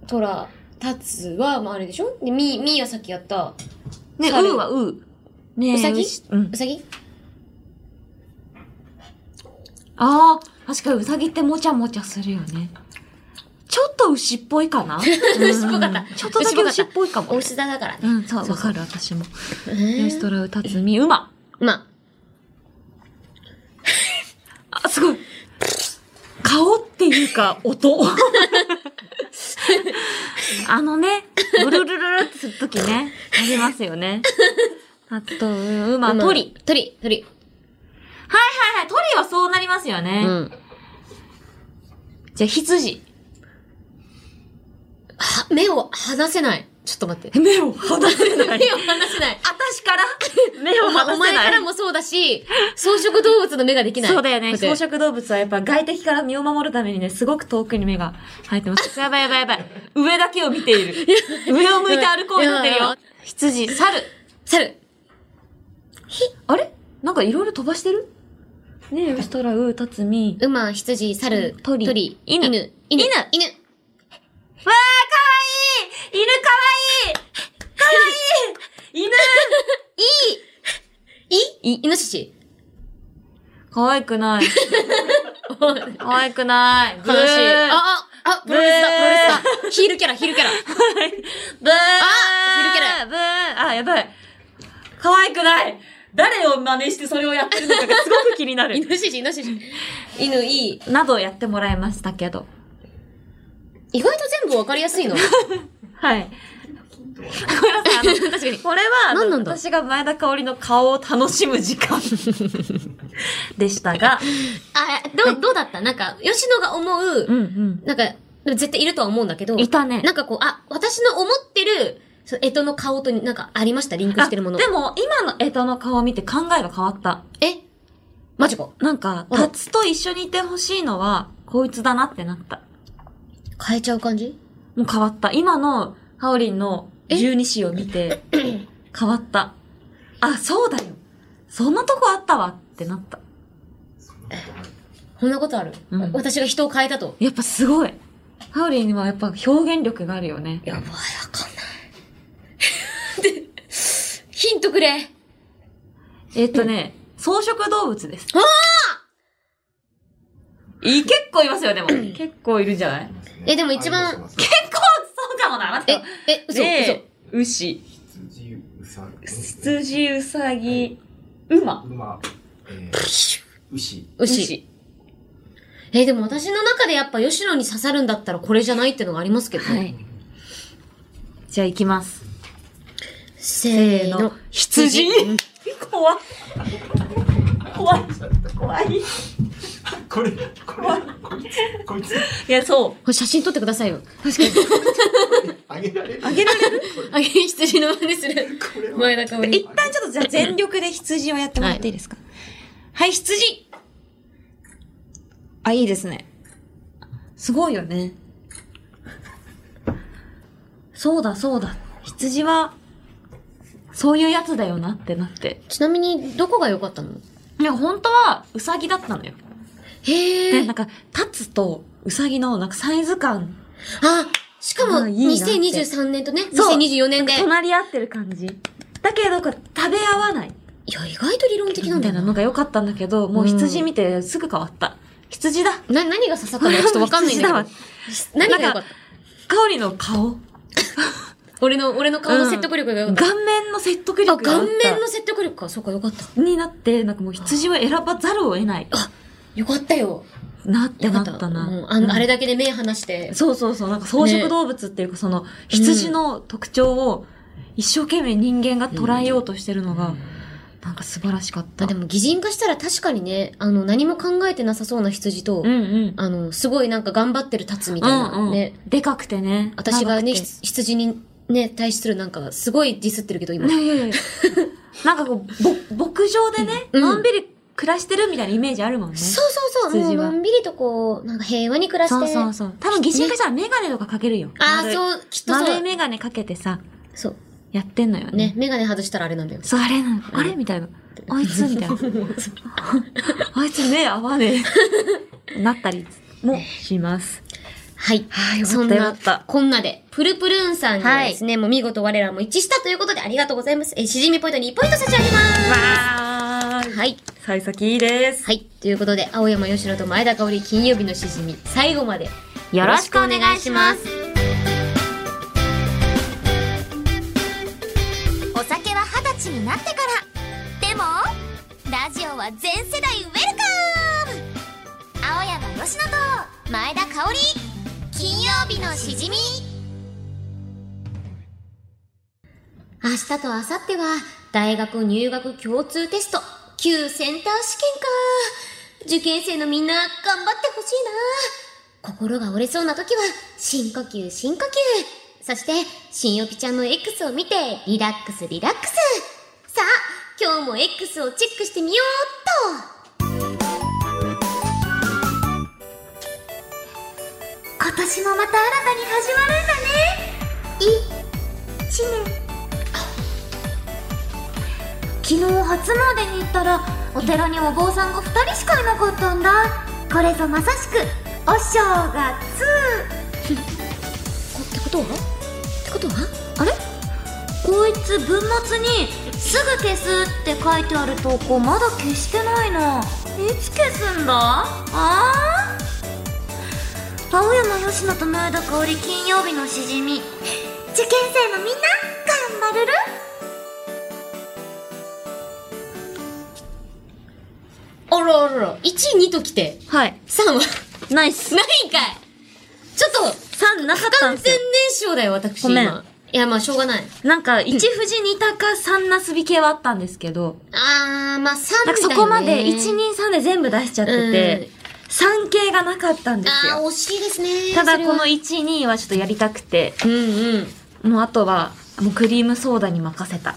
C: 虎、タツは、まああれでしょで、ミー、ミーはさっきやった、
B: ね、ウ
C: 猿
B: ーはウー。ね
C: うさぎ
B: 牛うん
C: う。さぎ
B: ああ、確かにウサギってもちゃもちゃするよね。ちょっと牛っぽいかな
C: 牛っぽかった
B: うんちょっとだけ牛っぽいかも
C: お。牛座だから
B: う
C: ね。
B: ん、そう、
C: そ
B: わ
C: うそ
B: か
C: う
B: る、私も。
C: え
B: ヨシトラウタツミ、馬。
C: ま
B: あ、すごい。顔っていうか、 音。あのね、ブルルルルってするときね、ありますよね。あと、うん
C: あ、
B: 馬、鳥。。
C: 鳥、鳥。
B: はいはいはい、鳥はそうなりますよね。
C: うん。
B: じゃあ、羊。
C: は、目を離せない。ちょっと待って。
B: 目を離せな
C: 目を離せない。
B: 私 から 目を
C: お前
B: 離
C: お
B: せ
C: 前
B: な
C: か
B: い
C: ら。もそうだし、草食動物の目ができない。
B: そうだよね。
C: 待って
B: 草食動物はやっぱ外敵から身を守るためにね、すごく遠くに目が入ってます。やばいやばいやばい。上だけを見てい る。上を向いて歩こうになってる
C: いやい
B: よ
C: や。
B: 羊、猿。
C: 猿。
B: あれなんかいろいろ飛ばしてるねえ、ウシトラウ、タツミ。
C: 馬、羊、猿、
B: 鳥
C: 犬、
B: 犬
C: 犬、犬、犬。
B: わー、かわいい犬かわいいかわいい犬
C: い、い、イノシシ。
B: かわいく ない。かわいくない。悲
C: 悲しい。あ、あ、あ、プロレスだ、プロレスだ。ヒールキャラ、ヒールキャラ。
B: ブー
C: あ昼キャラ
B: ブーあ、やばい。可愛くない誰を真似してそれをやってるのかがすごく気にな
C: イ
B: る。
C: ノシシ、イノシシ。犬、いい。
B: などをやってもらいましたけど。
C: 意外と全部わかりやすいの。
B: はい。ごめんなさい。あの
C: 確かに。
B: これは、あの
C: 何なんだ
B: 私が前田香織の顔を楽しむ時 間でしたが、
C: あ、どう、どうだったなんか、吉野が思う、
B: ん
C: なんか、絶対いるとは思うんだけど。
B: いたね
C: なんかこう、あ、私の思ってる、その、えとの顔となんかありましたリンクしてるもの。
B: でも、今の江戸の顔を見て考えが変わった。
C: えマジか。
B: なんか、
C: あ
B: タ
C: ら
B: ツと一緒にいてほしいのは、こいつだなってなった。
C: 変えちゃう感じ
B: もう変わった。今の、ハオリンの十二子を見 て、変わった。あ、そうだよ。そんなとこあったわってなった。
C: こんなことある、
B: うん
C: 私が人を変えたと。
B: やっぱすごい。ハオリンはやっぱ表現力があるよね。
C: やばい、わかんない。 で、ヒントくれ。
B: えっとね、草食動物です。いい結構いますよ、 でも。結構いるんじゃない
C: えでも一番
B: 結構そうかもな、待
C: え
B: って。、
C: え、嘘、
B: で、牛、
D: 羊うさ
B: 羊、うさぎ、馬、
D: 馬えー牛
C: 嘘。牛。。え、でも私の中でやっぱ吉野に刺さるんだったらこれじゃないってのがありますけどね。
B: はい。じゃあ行きます。
C: せーの。
B: 羊
C: うん
B: 怖い。怖い。怖い。
D: これこれこいつこいつ
B: いや、そ
C: これ写真撮ってくださいよ。
D: あげられる
B: う。あげられる
C: あ、羊の真似する。
D: これは
C: 前田香織。
B: 一旦ちょっとじゃあ全力で羊をやってもらっていいですかはい、羊あ、いいですね。すごいよね。そうだ、そうだ。羊は、そういうやつだよなってなって。
C: ちなみに、どこが良かったの
B: なんか本当は、ウサギだったのよ。
C: へ
B: で、
C: え
B: な。んか、立つと、ウサギの、なんかサイズ感、
C: あ、しかも、
B: あいいなって
C: 2023年とね、
B: そう
C: 2024年で。い
B: 隣り合ってる感じ。だけど、これ食べ合わない。
C: や、意外と理論的
B: み
C: なん
B: た
C: だ
B: い
C: よ
B: な
C: な。
B: のが良かったんだけど、もう羊
C: うん
B: 見てすぐ変わった。羊だ
C: な、何が刺 さったのかちょっとわかんないんだけど。何が良かった
B: 香りの顔。
C: 俺の、俺の顔の説得力が良かった。
B: 顔面の説得
C: あ、
B: 力があ
C: 顔
B: っ
C: 面の説得力か。そうか、良かった。
B: た。になって、なんかもう羊を選ばざるを得ない。
C: 良かったよ。
B: なって
C: 良
B: な
C: かっ。
B: ったたな。
C: うんあのあれだけで目離して。
B: そうそうそう。なんか草食動物っていうか、その羊の特徴を一生懸命人間が捉えようとしてるのが、なんか素晴らしかった。
C: あでも擬人化したら確かにね、あの、何も考えてなさそうな羊
B: う
C: と、
B: んうん。
C: あの、すごいなんか頑張ってる立つみたいな、
B: うんうん
C: ね。
B: でかくてね。
C: 私がね、
B: 長くて
C: ひ羊にね、対するなんか、すごいディスってるけど今。
B: いやいやいやなんかこう、ぼ牧場でね、
C: うん
B: のんびり暮らしてるみたいなイメージあるもんね。
C: そうそうそう、もう
B: 羊は
C: のんびりとこう、なんか平和に暮らして。
B: そうそうそう。多分擬人化したらメガネとかかけるよ。
C: ああ、
B: 丸い
C: そう、きっと
B: 丸
C: そ。
B: いうメガネかけてさ、
C: そう。
B: やってんのよ
C: ね
B: ね、。
C: メガネ外したらあれなんだよ。
B: そう、あれなの。あれみたいな。あいつみた いな。あいつ目合わねえ。なったりもします。
C: はい。
B: はいよかった
C: そん
B: よか
C: な
B: った、
C: こんなで、プルプルーンさんにはですね、もう見事我らも一致したということでありがとうございます。えー、しじみポイント2ポイント差し上げます。
B: わーい。
C: はい。
B: 幸先いいです。
C: はい。ということで、青山吉野と前田香織金曜日のしじみ、最後まで
B: よろしくお願いします。
E: お酒は二十歳になってからでもラジオは全世代ウェルカム青山佳乃と前田香織金曜日のしじみ
C: 明日と明後日は、大学入学共通テスト、旧センター試験か。受験生のみんな、頑張ってほしいな。心が折れそうな時は、深呼吸、深呼吸。そして、新よぴちゃんの X を見て、リラックス、リラックス。さあ、今日も X をチェックしてみようっと。
E: 今年もまた新たに始まるんだね一年昨日初詣に行ったらお寺にお坊さんが2人しかいなかったんだこれぞまさしくお正
C: っ
E: 月
C: てことはってことは
E: あれこいつ文末に「すぐ消す」って書いてある投稿まだ消してないないつ消すんだああ青山佳乃と前田香織金曜日のしじみ受験生のみんな頑張るる
C: あらあら、1、2と来て、
B: はい。
C: 3は、ないんか
B: ナイス。
C: いちょっと、
B: 3なかったんで
C: 完
B: す
C: 全
B: よ
C: 燃。焼だよ、私
B: ごめ
C: 今。
B: ん
C: いや、まあ、しょうがない。
B: なんか、一富士二鷹三なすび系はあったんですけど、
C: あー、まあ、3
B: なんかそこまで1、2、3で全部出しちゃってて、3系がなかったんです
C: あー、
B: よ。
C: 惜しいですね。
B: ただこの
C: それは
B: 1、2はちょっとやりたくて、
C: うんうん。
B: もうあとは、もうクリームソーダに任せた。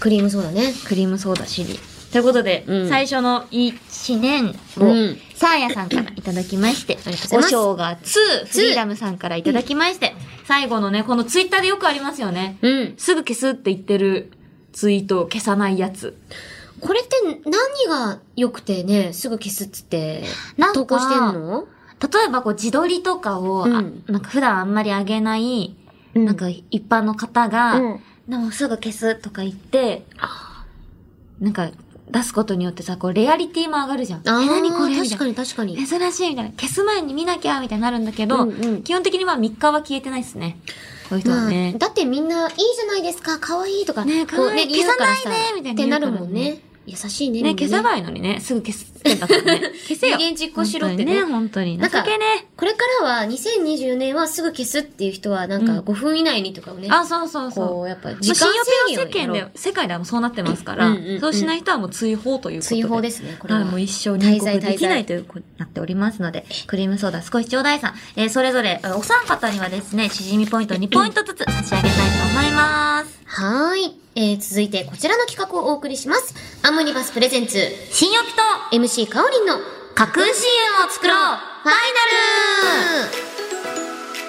C: クリームソーダね。
B: クリームソーダシリ。ということで、
C: うん
B: 最初の1年
C: う
B: を
C: ん、
B: サーヤさんからいただきまして、
C: りがとうござい
B: お
C: ます
B: 正月、フリーダムさんからいただきまして、最後のね、このツイッターでよくありますよね。
C: うん。
B: すぐ消すって言ってるツイートを消さないやつ。
C: これって何が良くてね、すぐ消すっつって、
B: なんか
C: 投稿してんの
B: 例えばこう自撮りとかを、あ
C: うん
B: なんか普段あんまり上げない、なんか一般の方が、
C: うん
B: でもすぐ消すとか言って、なんか出すことによってさ、こう、レアリティも上がるじゃん。え、
C: あー
B: 何これみた
C: 確
B: い
C: か
B: な。
C: に確かに。
B: 珍しいみたいな。消す前に見なきゃみたいになるんだけど、
C: うんうん
B: 基本的には3日は消えてないっすね。こういう人は
C: まあ
B: ね。
C: だってみんな、いいじゃないですか、可愛いとか。
B: ね
C: こう
B: 可愛い
C: ね、言うからさ
B: 消さないでみたいな
C: って
B: 言
C: な
B: うから
C: る
B: ね
C: もんね。優しいね。
B: ね、
C: でも
B: 消せばいいのにね、すぐ消すってんだから ね。消せよ。
C: 人間実行しろってね
B: 本当にね、
C: なん
B: 本当に。
C: か
B: 情けね。
C: これからは、2024年はすぐ消すっていう人は、なん
B: う
C: か
B: ん
C: 5分以内にとかをね。
B: あ、そうそうそう。
C: こう、やっぱ、
B: もう
C: 時間制
B: 信用
C: 限を
B: 世間
C: やろ
B: で
C: う、
B: 世界ではもうそうなってますから、
C: うんうんうん
B: そうしない人はもう追放ということで。
C: 追放ですね、これ
B: は
C: は。
B: い、もう一生入国
C: 滞在
B: できな
C: 滞在
B: いということになっておりますので、クリームソーダ少しちょうだいさん、えーそれぞれ、えーお三方にはですね、しじみポイント2ポイントずつ差し上げたいと思います。
C: はーい。えー、続いて、こちらの企画をお送りします。アムニバスプレゼンツ、
B: 新予備と
C: MC かおりんの、
B: 架空 CM を作ろう
C: ファイナル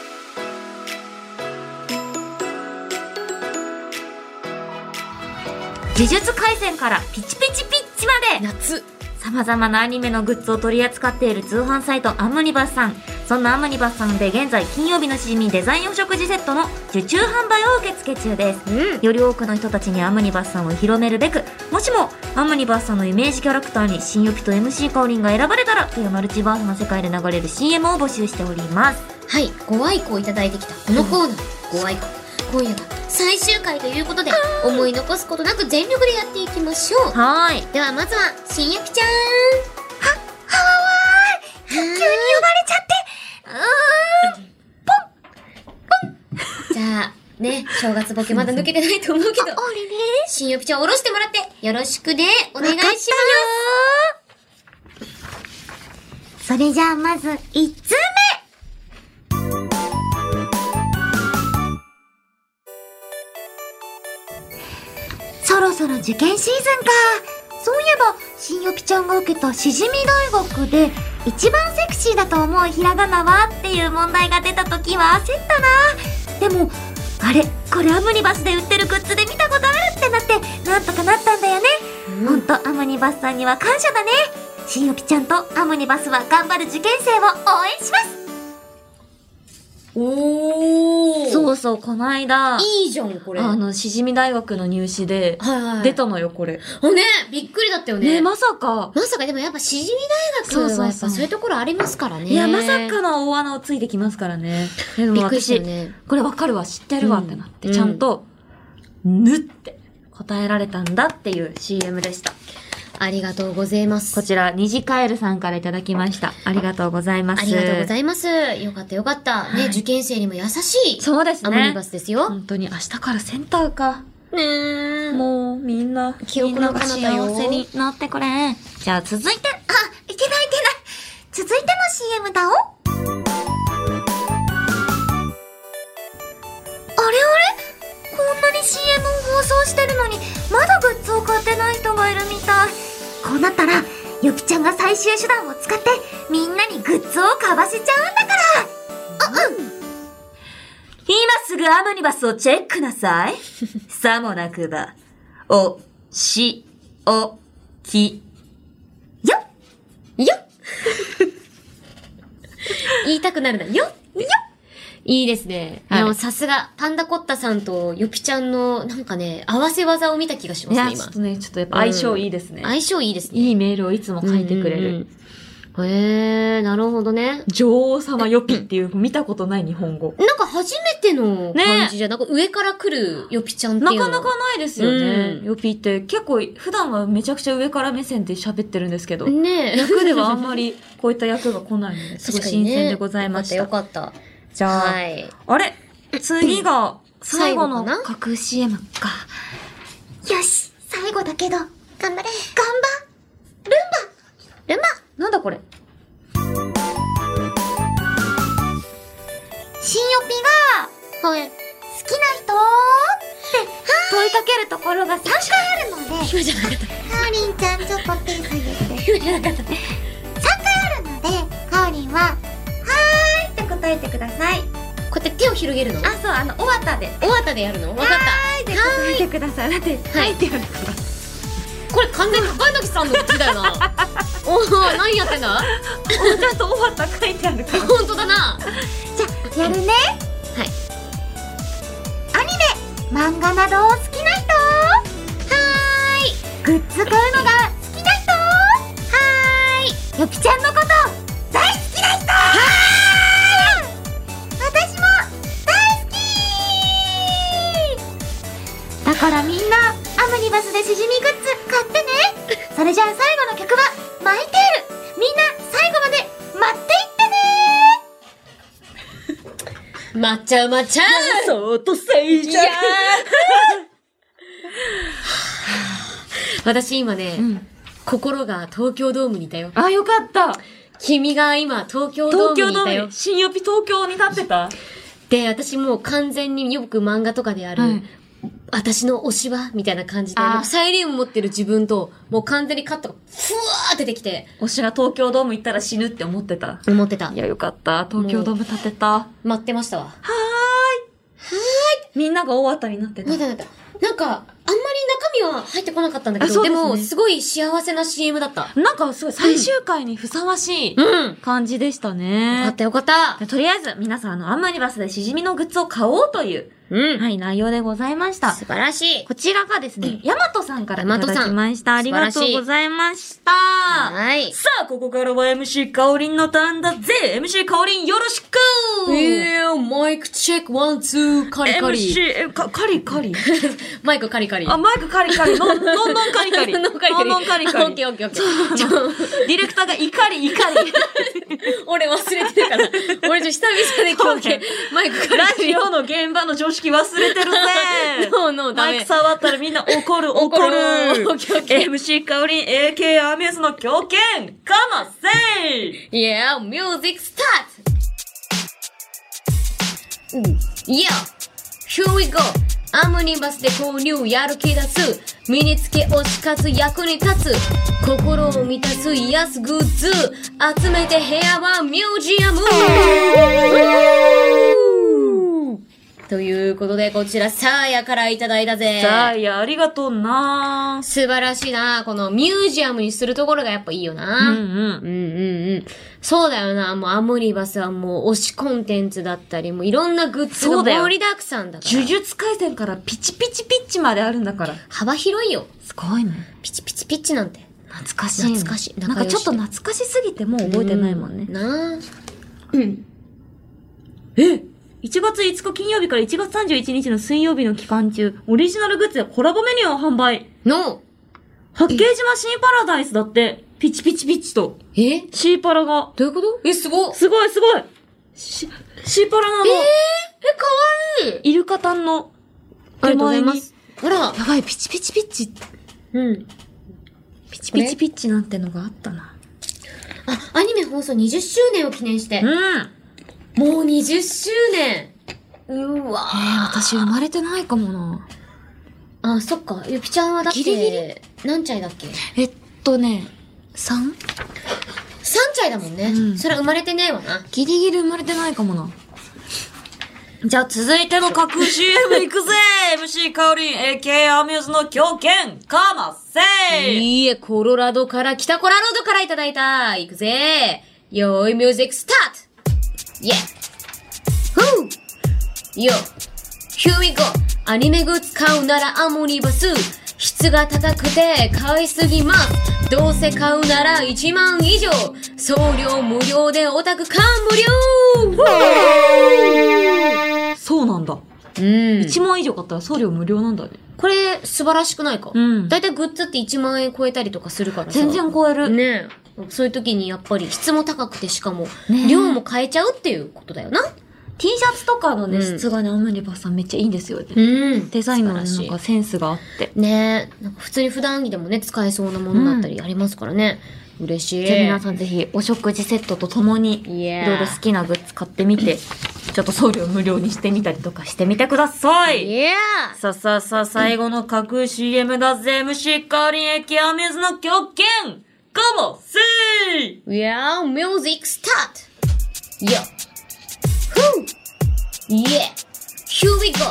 B: 呪術廻戦からピチピチピッチまで
C: 夏。
B: 様々なアニメのグッズを取り扱っている通販サイトアムニバスさん。そんなアムニバスさんで現在金曜日のしじみデザインお食事セットの受注販売を受け付け中です。
C: うん。
B: より多くの人たちにアムニバスさんを広めるべくもしもアムニバスさんのイメージキャラクターに新予期と MC かおりんが選ばれたらというマルチバースの世界で流れる CM を募集しております
C: はい、ご愛顧いただいてきたこのコーナー、ご愛顧。今夜が最終回ということで、思い残すことなく全力でやっていきましょう。
B: はーい
C: では、まずは、しんゆきちゃん。は、はわわーい。急に呼ばれちゃって、うーん、ポン、ポン。じゃあ、ね、正月ボケまだ抜けてないと思うけど、しんゆきちゃんおろしてもらって、よろしくね、お願いします。
E: それじゃあまず1通目そろそろ受験シーズンか。そういえば、新予ぴちゃんが受けたしじみ大学で、一番セクシーだと思うひらがなはっていう問題が出た時は焦ったな。でも、あれこれアムニバスで売ってるグッズで見たことあるってなって、なんとかなったんだよね。ほんと、アムニバスさんには感謝だね。新予ぴちゃんとアムニバスは頑張る受験生を応援します。
C: おー。
B: そうそうこの間
C: いいじゃん、これ。
B: あ
C: はい
B: のしじみ大学の入試で
C: はい。
B: 出。たのよこれ
C: あ、ね、びっくりだったよ
B: ね
C: ね。
B: まさか
C: まさかでもやっぱしじみ
B: そう
C: 大
B: そうそ
C: 学
B: う
C: はやっぱそういうところありますからね。
B: いやまさかの大穴をついてきますからねでも
C: びっくりした
B: 私
C: よね。
B: これわかるわ知ってるわってなって
C: うん
B: ちゃんとぬって答えられたんだっていう CM でした
C: ありがとうございます。
B: こちら、ニジカエルさんからいただきました。ありがとうございます。
C: ありがとうございます。よかったよかった。ね、受験生にも優しい。
B: そうですね
C: アムニバスですよ。
B: 本当に明日からセンターか。
C: ねえ。
B: もう、みんな、
C: 記憶の彼方よ
B: みんなが幸せになってくれ。じゃあ、続いて。
E: あ、いけないいけない。続いての CM だお。あれあれこんなに CM を放送してるのに、まだグッズを買ってない人がいるみたい。こうなったら、よぴちゃんが最終手段を使って、みんなにグッズを買わせちゃうんだから。
B: 今すぐアムニバスをチェックなさい。さもなくば、お、し、お、き。
C: よっよっ言いたくなるな。よっよっいいですね。
B: はい
C: あの、さすが、パンダコッタさんとヨピちゃんの、なんかね、合わせ技を見た気がし
B: い
C: ます
B: や、
C: ね、
B: ちょっ
C: 今
B: と。ね、ちょっとやっぱ相性いいですね。
C: 相性いいですね。
B: いいメールをいつも書いてくれる。
C: うんうんうん。へえー、なるほどね。
B: 女王様よぴっていう見たことない日本語。
C: なんか初めての
B: ね
C: 感じじゃん、なんか上から来るよぴちゃんっ
B: な
C: ていうの
B: かなかないですよね。
C: うん
B: ヨピって結構普段はめちゃくちゃ上から目線で喋ってるんですけど、
C: ねえ。
B: 役ではあんまりこういった役が来ないので、すごい
C: 確か
B: 新
C: にね
B: 鮮でございました。
C: よかったよかっ
B: じ
C: た。
B: ゃあ、
C: はい。
B: あれ次が最後の
C: 最後かな
B: 架空 CM か。
E: よし、最後だけど、頑張れ。頑張
C: ルンバ
B: なんだこれ
E: 新よぴが、
C: はい。
E: 好きな人って問いかけるところが3回あるので、
C: 今じゃなかった。
E: かおりんちゃんちょっとペース言っ
C: 今
E: て。
C: じゃなかった。
E: 3回あるので、かおりんは、はーいって答えてください。
C: こうやって手を広げるの
E: あ、そう、あの、おわたで。は
C: 大旗でやるのわかっ
E: ーいって答えてください。だって、
C: た。はい。
B: って言われたら
C: これ完全に高柳さんの口だよ な。おお、何やってん
B: お
C: だ
B: ちゃんと終わった書いてあるから。
C: 本当だな。
E: じゃあ、やるね。
C: はい。
E: アニメ、漫画などを好きな人はーいグッズ買うのが好よぴちゃんのこと大好きな人私も大好きだからみんなアムニバスでしじみグッズ買ってねそれじゃあ最後の曲は「マイテール」みんな最後まで待っていってね
C: まっちゃうまっちゃう
B: そうとせい
C: いやー私今ね、
B: うん。
C: 心が東京ドームにいたよ。
B: あ、よかった。
C: 君が今東京ド
B: 東京
C: ームにい
B: ド
C: た
B: ー
C: よ
B: ム。。新予備東京に立ってた
C: で、私もう完全によく漫画とかである、
B: はい
C: 私の推しはみたいな感じで、
B: あー
C: なんかサイリウム持ってる自分と、もう完全にカットがふわーって出てきて、
B: 推しが東京ドーム行ったら死ぬって思ってた。
C: 思ってた
B: い。や、よかった。東京ドーム立てた。は
C: 待ってましたわ。
B: ーい。はーい。みんなが大当たりになってた
C: なん。だなんだ。なんか、あんまり中身は入ってこなかったんだけ
B: あ
C: ど、
B: そう
C: で
B: ですね
C: も、すごい幸せな CM だった。
B: なんかすごい最終回にふさわしい
C: うん。よ
B: 感じでした
C: かっ
B: ね。
C: たよかった。
B: でとりあえず、皆さん、あの、アンマニバスでしじみのグッズを買おうという、
C: うん。
B: はい、内容でございました。
C: 素晴らしい。
B: こちらがですね、ヤマトさんからい
C: ヤマ
B: た
C: トさん
B: だきました。ありがとうございました。
C: はい。
B: さあ、ここからは MC かおりんのターンだぜ !MC かおりんよろしく
C: えー、マイクチェック、ワン、ツー、カリカリ。
B: MC、え、か、カリカリ。
C: マイクカリカリ。
B: あ、マイクカリカリ。ノン、ノンノンカリカリ。
C: ノンカリカリ。
B: ノンノンカリカ
C: あオッケ
B: リ。
C: ーオッケーオッケー。ちょ
B: ディレクターが怒り怒り。
C: 俺忘れてたから。俺ちょ久々で今日
B: そうね
C: マイクカリ
B: ラ
C: カ
B: ジ
C: リ。
B: オの現場の常識忘れ てるぜ
C: ノーノーダ
B: マ
C: メ
B: イク触ったらみんな怒る、 怒
C: 怒
B: る
C: る。オッケーオッケ
B: MC かおりん、AK アミューズの狂犬、かませい
C: Yeah, music start! Yeah! Here we go! アムニバスで購入やる気出す身につけ推し活役に立つ心を満たす癒すグッズ集めて部屋はミュージアムということでこちらサーヤからいただいたぜ
B: さあ、いや、ありがとうな
C: 素晴らしいなこのミュージアムにするところがやっぱいいよ
B: うん
C: な、
B: うん。
C: うんうんうん。そうだよな。もうアムリバスはもう推しコンテンツだったり、もういろんなグッズ
B: そうだ
C: が
B: よ
C: 盛りだくさんだから。
B: 呪術回戦からピチピチピッチまであるんだから。
C: 幅広いよ。
B: すごいね。
C: ピチピチピッチなんて。
B: 懐かしいね。
C: 懐かしい
B: なんかちょっと懐かしすぎてもう覚えてないもんね
C: う。なあ。
B: 1月5日金曜日から1月31日の水曜日の期間中、オリジナルグッズやコラボメニューを販売。
C: の、
B: 八景島シーパラダイスだって、ピチピチピチと、
C: え
B: シーパラが、
C: どういうことえ、すごっ
B: すごいすごいシシーパラなの、
C: え、かわいい
B: イルカタンの
C: あ
B: 手
C: りがとうござ
B: 前
C: い
B: に
C: ます。あら。
B: やばい、ピチピチピチ、
C: うん。
B: ピチ
C: ピ
B: ピ
C: チ
B: チピチなんてのがあったな。
C: あ、アニメ放送20周年を記念して
B: う。ん
C: もう20周年うわ
B: えー、私生まれてないかもな。
C: あ、そっか。ゆきちゃんはだって、
B: ギリギ
C: 何歳だっけ
B: えっとね、3?
C: 3歳だもんね。
B: うん
C: それは生まれてねえわな。
B: ギリギリ生まれてないかもな。じゃあ続いての架空 CM 行く ぜ !MC カオリン AK アミューズの狂犬、カマセイ
C: いいえ、コロラドから、北コロラドからいただいた。いくぜ。よーい、ミュージックスタートイェふぅよ Here we go! アニメグッズ買うならアモニバス質が高くて買いすぎますどうせ買うなら1万以上送料無料でオタク感無料
B: そうなんだ。
C: うん。
B: 1万以上買ったら送料無料なんだね。
C: これ素晴らしくないか
B: うん
C: だいたいグッズって1万円超えたりとかするからさ。
B: 全然超える。
C: ねえ。そういう時にやっぱり質も高くてしかも
B: ね、え
C: 量も変えちゃうっていうことだよな。
B: T シャツとかのね、
C: うん
B: 質がね、アムニバスさんめっちゃいいんですよね。
C: うん
B: デザインのね、
C: 素
B: なん
C: 晴ら
B: か
C: し
B: センスがあって。
C: い。ねえ。なんか普通に普段着でもね、使えそうなものだったりありますからね。嬉しい。
B: じゃあ皆さんぜひ、お食事セットとともに、
C: い
B: い
C: やー
B: ろいろ好きなグッズ買ってみて、ちょっと送料無料にしてみたりとかしてみてください
C: いや
B: さあさあさあ、最後の架空 CM だぜ、MC カーリン駅アミューズの狂犬かもせい
C: ーいやーミュージックスタートよふぅ Yeah! Here we go!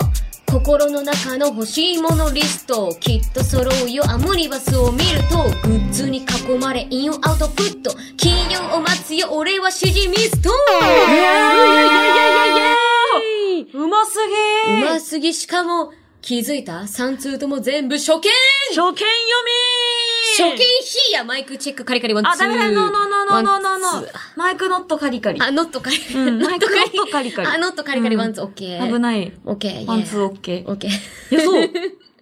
C: 心の中の欲しいものリストきっと揃うよアムニバスを見るとグッズに囲まれインアウトプット金曜を待つよ俺はしじみストーン
B: うますぎ
C: う
B: ー
C: ま、すぎしかも気づいた3通とも全部初
B: 初
C: 見
B: 見読みー
C: 初見ヒーやマイクチェックカリカリワンツー。
B: あ、ダメだよ、ノーノーノーノーノーノー
C: ワン
B: ノ
C: ツ
B: ー。マイクノットカリカリ。
C: あ、ノットカリカリ。
B: うんマイクノットカリカリ
C: あ、ノットカリカリワンツー、オッケー。
B: 危ない。
C: オッケー。
B: ワンツーオ
C: ケ
B: ッケー。
C: オッケー。
B: いや、 そう。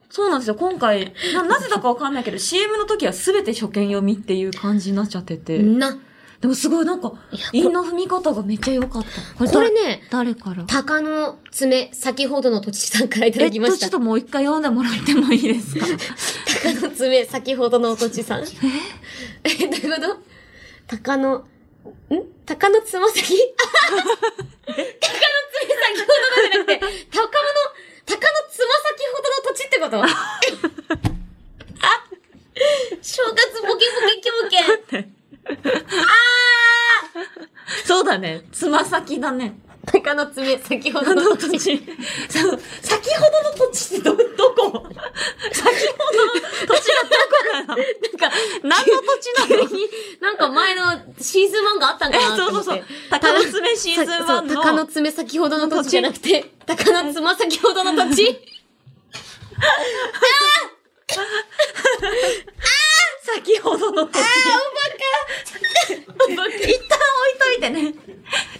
B: そうなんですよ。今回、な、なぜだかわかんないけど、CM の時は全て初見読みっていう感じになっちゃってて。
C: な、
B: でもすごいなんか
C: いや、こ
B: 韻の踏み方がめっちゃ良かった。こ
C: これ
B: 誰
C: ね、
B: 誰から
C: 鷹の爪、先ほどのとちさんからいた
B: え
C: だ
B: っ
C: きま
B: と、
C: し
B: ちょ
C: た
B: っ。ともう一回読んでもらってもいいですか
C: 鷹の爪、先ほどのおとちさん。ええ、どういうこと鷹の、ん鷹のつま 先鷹の爪先ほどのじゃなくて、鷹の、鷹のつま先ほどの土地ってこと 正月ボケボケキ モケ。
B: そうだね。つま先だね。
C: 鷹の爪、先ほ
B: あ
C: どの
B: の
C: 土
B: 土
C: 地。
B: 地。そう先ほどの土地ってど、 どこ先ほどの土地がどこなのなんか、何の土地なの
C: なんか前のシーズン1があったん
B: え、
C: かなと
B: そうそ
C: 思
B: うそ
C: っ
B: う
C: て。。
B: 高の爪シーズン1
C: そう鷹の
B: の。
C: 爪先ほどの土地じゃなくて、 鷹のつま先ほどの土地
B: 先ほどの土地。あー、おバカ一旦置いといてね。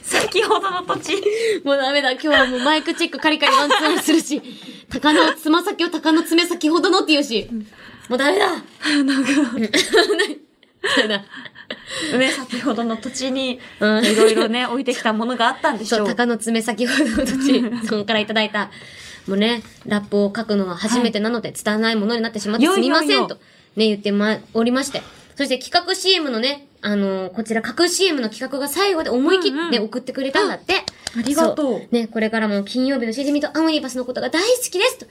B: 先ほどの土地。
C: もうダメだ。今日はもうマイクチェックカリカリワンツーもするし、鷹のつま先を鷹の爪先ほどのって言うし、もうダメだ。なんか、 ダメだ。
B: ね、先ほどの土地に、い
C: うん
B: ろいろね、置いてきたものがあったんでし
C: そ
B: ょ
C: う、
B: う。
C: 鷹の爪先ほどの 土地さんからいただいた、もうね、ラップを書くのは初めてなので、伝わないものになってしまって
B: よい
C: すみ
B: よ
C: ませ
B: い
C: ん
B: よ
C: と、ね、言ってま、おりまして。そして企画 CM のね、あのーこちら、架空 CM の企画が最後で思い切
B: うんう
C: っ
B: ん
C: て送ってくれたんだって。
B: ありがとう
C: そね、これからも金曜日のしじみとアムニバスのことが大好きですと。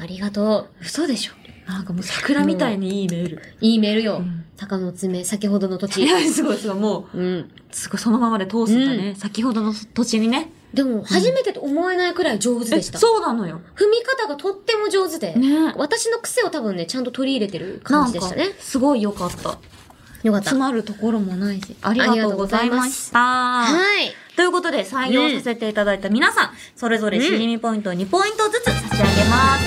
C: ありがとう。
B: 嘘でしょ。なんかもう桜みたいにいいメール。
C: いいメールよ
B: ん。
C: 鷹の爪、先ほどの土
B: い
C: 地。
B: や、すごいすごい。もう、
C: うん。
B: すごいそのままで通すんだね。
C: う
B: 先ほどの土地にね。
C: でも、初めてと思えないくらい上手でした。
B: そうなのよ。
C: 踏み方がとっても上手で、
B: ね
C: 私の癖を多分ね、ちゃんと取り入れてる
B: な
C: 感
B: ん
C: じで
B: か
C: したね。、
B: すごい良かった。
C: よかった。
B: 詰まるところもないし。ありがとうございました。
C: はい。
B: ということで、採用させていただいた皆さん、それぞれしじみポイントを2ポイントずつ差し上げま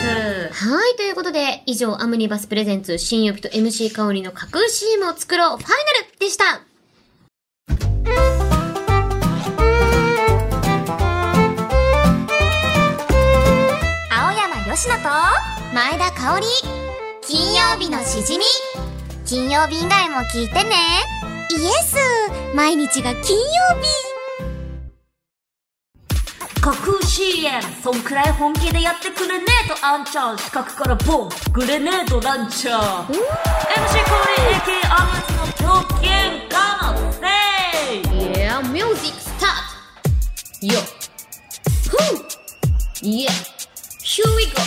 B: す。
C: はい、ということで、以上、アムニバスプレゼンツ、新予備と MC 香りの架空 CM を作ろう、ファイナルでした。
E: 青山よしと前田香織金曜日のしじみ金曜日以外も聞いてねイエス毎日が金曜日
B: 架空 CM そんくらい本気でやってくれねえとあんちゃん四角からボングレネードランチャー MC コーリー AK アルツの狂犬ガのせい
C: Yeah, music start! Yo! Who? Yeah! Here we go!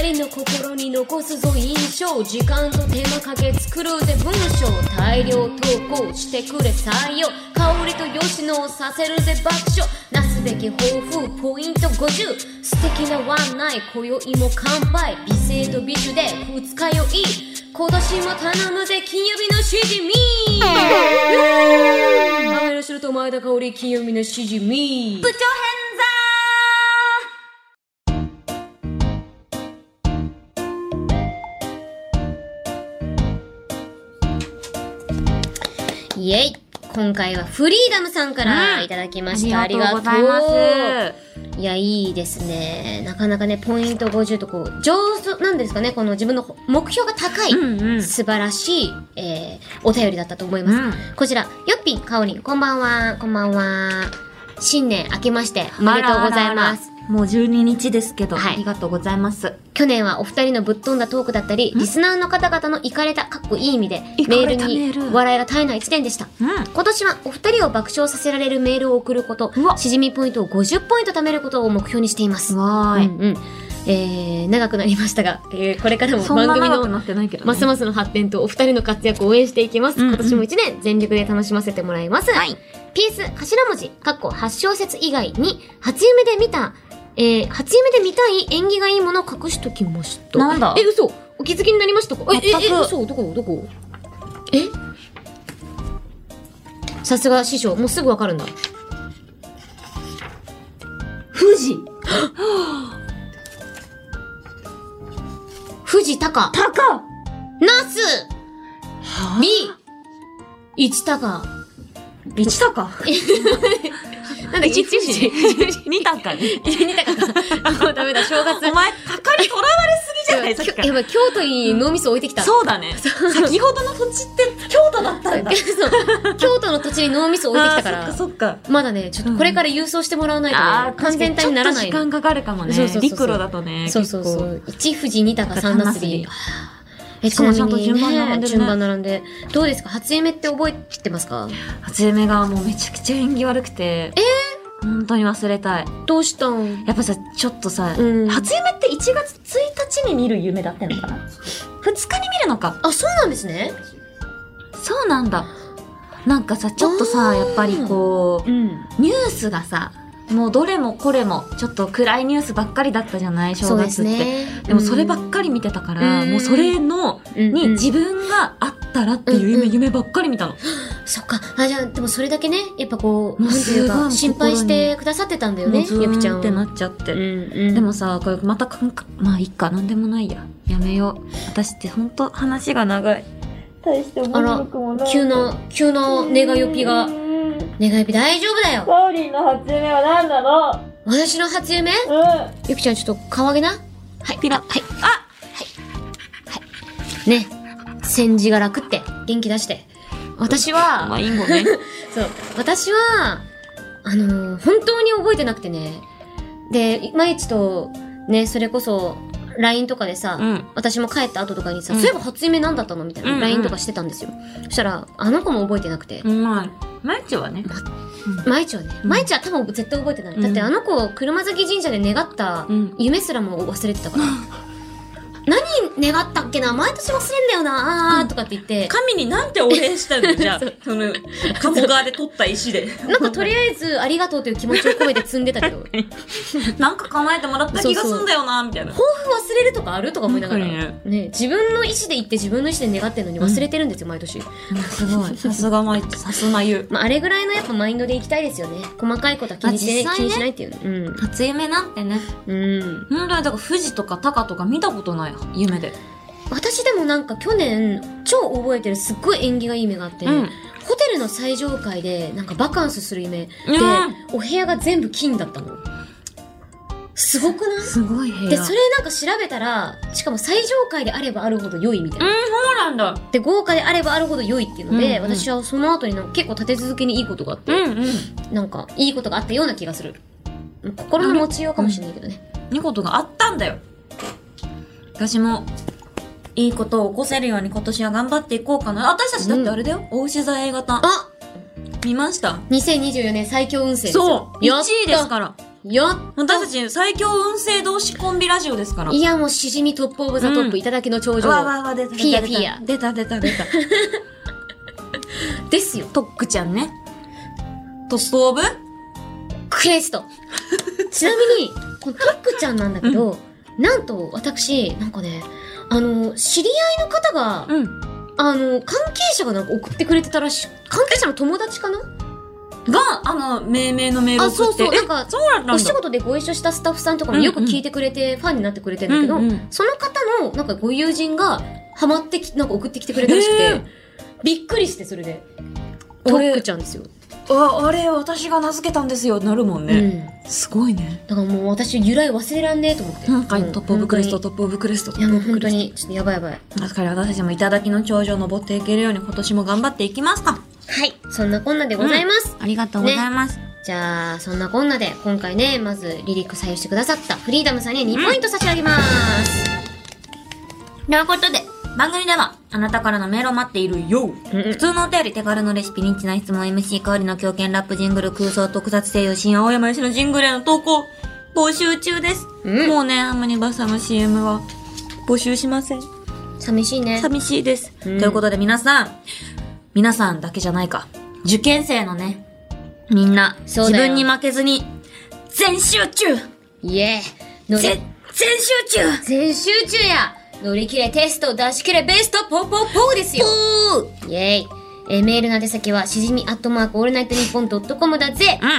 C: 二人の心に残すぞ印象時間と手間かけ作るぜ文章大量投稿してくれ採用香りと吉野をさせるぜ爆笑なすべき抱負ポイント50素敵なワンナイ今宵も乾杯美声と美酒で二日酔い今年も頼むぜ金曜日のしじみ雨の城と前田香織金曜日のしじみ
B: 部長編
C: イエイ今回はフリーダムさんからいただきました、
B: 座
C: ありがとう
B: ありがとうございます
C: いやいいですねなかなかねポイント50とこう上手なんですかねこの自分の目標が高い、
B: うんうん
C: 素晴らしい、えーお便りだったと思います、
B: う
C: こちらよっぴんかおりんこんばんはこんばんは新年明けましておめでとうございます
B: あらあらあらもう12日ですけど、
C: はい
B: ありがとうございます
C: 去年はお二人のぶっ飛んだトークだったり、リスナーの方々のイカれた、かっこいい意味で、
B: イカ
C: メ
B: れ
C: ー
B: た
C: ル
B: メ
C: に
B: ール
C: 笑いが絶えない一年でした。
B: うん
C: 今年はお二人を爆笑させられるメールを送ること
B: う、わ
C: しじみポイントを50ポイント貯めることを目標にしています。
B: わーい、
C: うんうんえー長くなりましたが、えーこれからも
B: そん
C: 番
B: な
C: 組
B: 長く
C: の
B: なってないけど、ね、
C: ますますの発展とお二人の活躍を応援していきます。
B: うんうん
C: 今年も一年全力で楽しませてもらいます。ピース頭文字、かっこ8小節以外に、初夢で見た、えー、初夢で見たい縁起がいいものを隠しときました。
B: なんだ
C: え、嘘お気づきになりましたかえ、え、
B: 全く
C: え、嘘どこどこえさすが師匠、もうすぐわかるんだ。
B: 富 士
C: 富士
B: 高
C: 高、ナス B! 一高。
B: 1高
C: なんだ、一富 士。
B: ?2 高ね。
C: 二高か。も うダメだ、正 月。
B: お前、高にとらわれすぎじゃない ですか
C: や。ばい、京都に脳みそ置いてきた。
B: そうだね。先ほどの土地って京都だったんだ。
C: そう京都の土地に脳みそ置いてきたか
B: あー
C: ら。
B: そっかそっか。
C: まだね、ちょっとこれから郵送してもらわないとね、
B: ああ、
C: 完全体にならな
B: ち
C: い
B: ょっと時間かかるかもね。
C: そうそうそうそう
B: 陸路だとね。
C: そうそうそう。一富士、二高、三なすび。え、
B: しかもちゃんと順番並んでるね
C: 順番並んで。どうですか初夢って覚えてますか
B: 初夢がもうめちゃくちゃ縁起悪くて。え本当に忘れたい。
C: どうしたん
B: やっぱさ、ちょっとさ、
C: うん
B: 初夢って1月1日に見る夢だったのかな ?2 日に見るのか。
C: あ、そうなんですね。
B: そうなんだ。なんかさ、ちょっと
C: あ
B: さ、
C: ー
B: やっぱりこ
C: うん。
B: う、ニュースがさ、もうどれもこれも、ちょっと暗いニュースばっかりだったじゃない正
C: そうで
B: 月
C: す
B: って。
C: ね。
B: でもそればっかり見てたから、
C: うん
B: もうそれの、
C: うん
B: に
C: うん
B: 自分があったらっていう夢,、
C: うんうん
B: 夢ばっかり見たの。
C: そっか。あ、じゃあ、でもそれだけね、やっぱこう、
B: もう
C: なんていう
B: すご
C: か、
B: い
C: 心配してくださってたんだよね、
B: もうズーン
C: ゆきちゃんは。
B: ってなっちゃって。
C: うんうん。
B: でもさ、これまたかんか、まあいっか、なんでもないや。やめよう。私ってほんと話が長い。大して
C: あら、急な、急な願いよぴが。願いぴ大丈夫だよ。
B: カオリンの初夢は何なの
C: 私の初夢
B: うん。
C: ゆきちゃんちょっと顔上げな。はい。ピラ。はい。あはい。はい。ね。戦時が楽って、元気出して。私
B: まあ
C: は、
B: インゴ ね。
C: そう。私は、あのー本当に覚えてなくてね。で、いまいちと、ね、それこそ、LINE とかでさ、
B: うん
C: 私も帰った後とかにさ、
B: うん
C: そういえば初夢なんだったのみたい
B: うんう
C: な、
B: ん
C: LINE とかしてたんですよ。そしたら、あの子も覚えてなくて。
B: まあ、毎日はね。
C: まいちはね、
B: うん
C: まいちは多分絶対覚えてない。
B: うん
C: だってあの子、車崎神社で願った
B: うん
C: 夢すらも忘れて たから。何願ったっけな毎年忘れんだよなあーとかって言って、
B: 神になんてお礼した のじゃあ、その、鴨川で取った石 で。
C: なんかとりあえずありがとうという気持ちを込めて積んで たけど、抱負
B: なんか叶えてもらった気がすんだよな、みたいな。
C: 忘れるとかあるとか思いながら。
B: 本当に
C: ね自分の意思で言って自分の意思で願ってるのに忘れてるんですよ、毎年。
B: すごい。さすがまい、さすまゆ。
C: まあ、あれぐらいのやっぱマインドでいきたいですよね。細かいことは気にして、
B: まあ実際ね
C: 気にしないっていうね。
B: 初夢なんてね。
C: うん。うん。
B: 本来だから富士とか高とか見たことない夢で。
C: 私でもなんか去年、超覚えてるすっごい縁起がいい夢があって、
B: うん
C: ホテルの最上階でなんかバカンスする夢で、
B: う
C: お部屋が全部金だったの。すごくない
B: すごい部屋。
C: で、それなんか調べたら、しかも最上階であればあるほど良いみたいな。
B: そうなんだ。
C: で、豪華であればあるほど良いっていうので、
B: うんうん
C: 私はその後になんか結構立て続けにいいことがあって、
B: うんうん。
C: なんかいいことがあったような気がする。心の持ちようかもしれないけどね。
B: いいことがあったんだよ。私も、いいことを起こせるように今年は頑張っていこうかな。私たちだってあれだよ。大牛座 A 型。
C: あ
B: 見ました。
C: 2024年最強運勢ですよ。。
B: 1位ですからら。
C: やっ
B: 私たち最強運勢同士コンビラジオですから。
C: いやもうしじみトップオブザトッ
B: う
C: プ
B: ん
C: いただきの頂上。
B: わわわ出た出た。
C: ピヤピヤ
B: 出た出た 出た。
C: ですよ。
B: トックちゃんね。トップオブ
C: クエ スト。ちなみに、このトックちゃんなんだけど、なんと私、なんかね、あの、知り合いの方が、
B: うん。
C: あの、関係者がなんか送ってくれてたらしい。関係者の友達かな
B: が、あの、命名のメールを送って。
C: あそうそうなんか
B: えそうだったんだ。
C: お仕事でご一緒したスタッフさんとかもよく聞いてくれて、ファンになってくれてんだけど、
B: うんうん
C: その方のなんかご友人がハマってき、なんか送ってきてくれたらしくて、
B: え
C: びっくりしてそれで。
B: あ
C: ト
B: れ
C: ックちゃんですよ。
B: あ、あれ、私が名付けたんですよ、なるもん
C: う
B: ね。
C: ん。
B: すごいね。
C: だからもう私由来忘れらんねえと思って。
B: なんか、トップオブクレスト、
C: と。
B: トップオブクレスト、ト
C: いや
B: ップ
C: も
B: オ
C: う
B: ブク
C: 本当
B: レス
C: に、ちょっとやばいやばい。
B: ト。確かに私たちも頂の頂上を登っていけるように今年も頑張っていきますか。
C: はい。そんなこんなでございます。
B: ありがとう
C: う
B: ご
C: ご
B: ざ
C: ざ
B: い
C: い
B: ます。
C: じゃあ、そんなこんなで、今回ね、まずリリック採用してくださったフリーダムさんに2ポイント差し上げます。
B: ということで、番組ではあなたからのメールを待っているよ。普通のお便り、手軽のレシピ、ニッチな質問、MC 香りの狂犬ラップジングル、空想特撮声優、新青山よしのジングルへの投稿、募集中です。
C: うん
B: もうね、ハムニバスさんの CM は募集しません。
C: 寂しいね。
B: 寂しいです。
C: うん
B: ということで皆さん、皆さんだけじゃないか。受験生のね、みんな、
C: そ
B: 自
C: うだよ
B: 分に負けずに、全集中
C: イエー。乗
B: 全
C: り、、
B: 全集中
C: 全集中や乗り切れテスト出し切れベストポーポーポーですよイエーイえーメールの宛先は、しじみアットマークオールナイトニッポンドットコムだぜ、
B: うん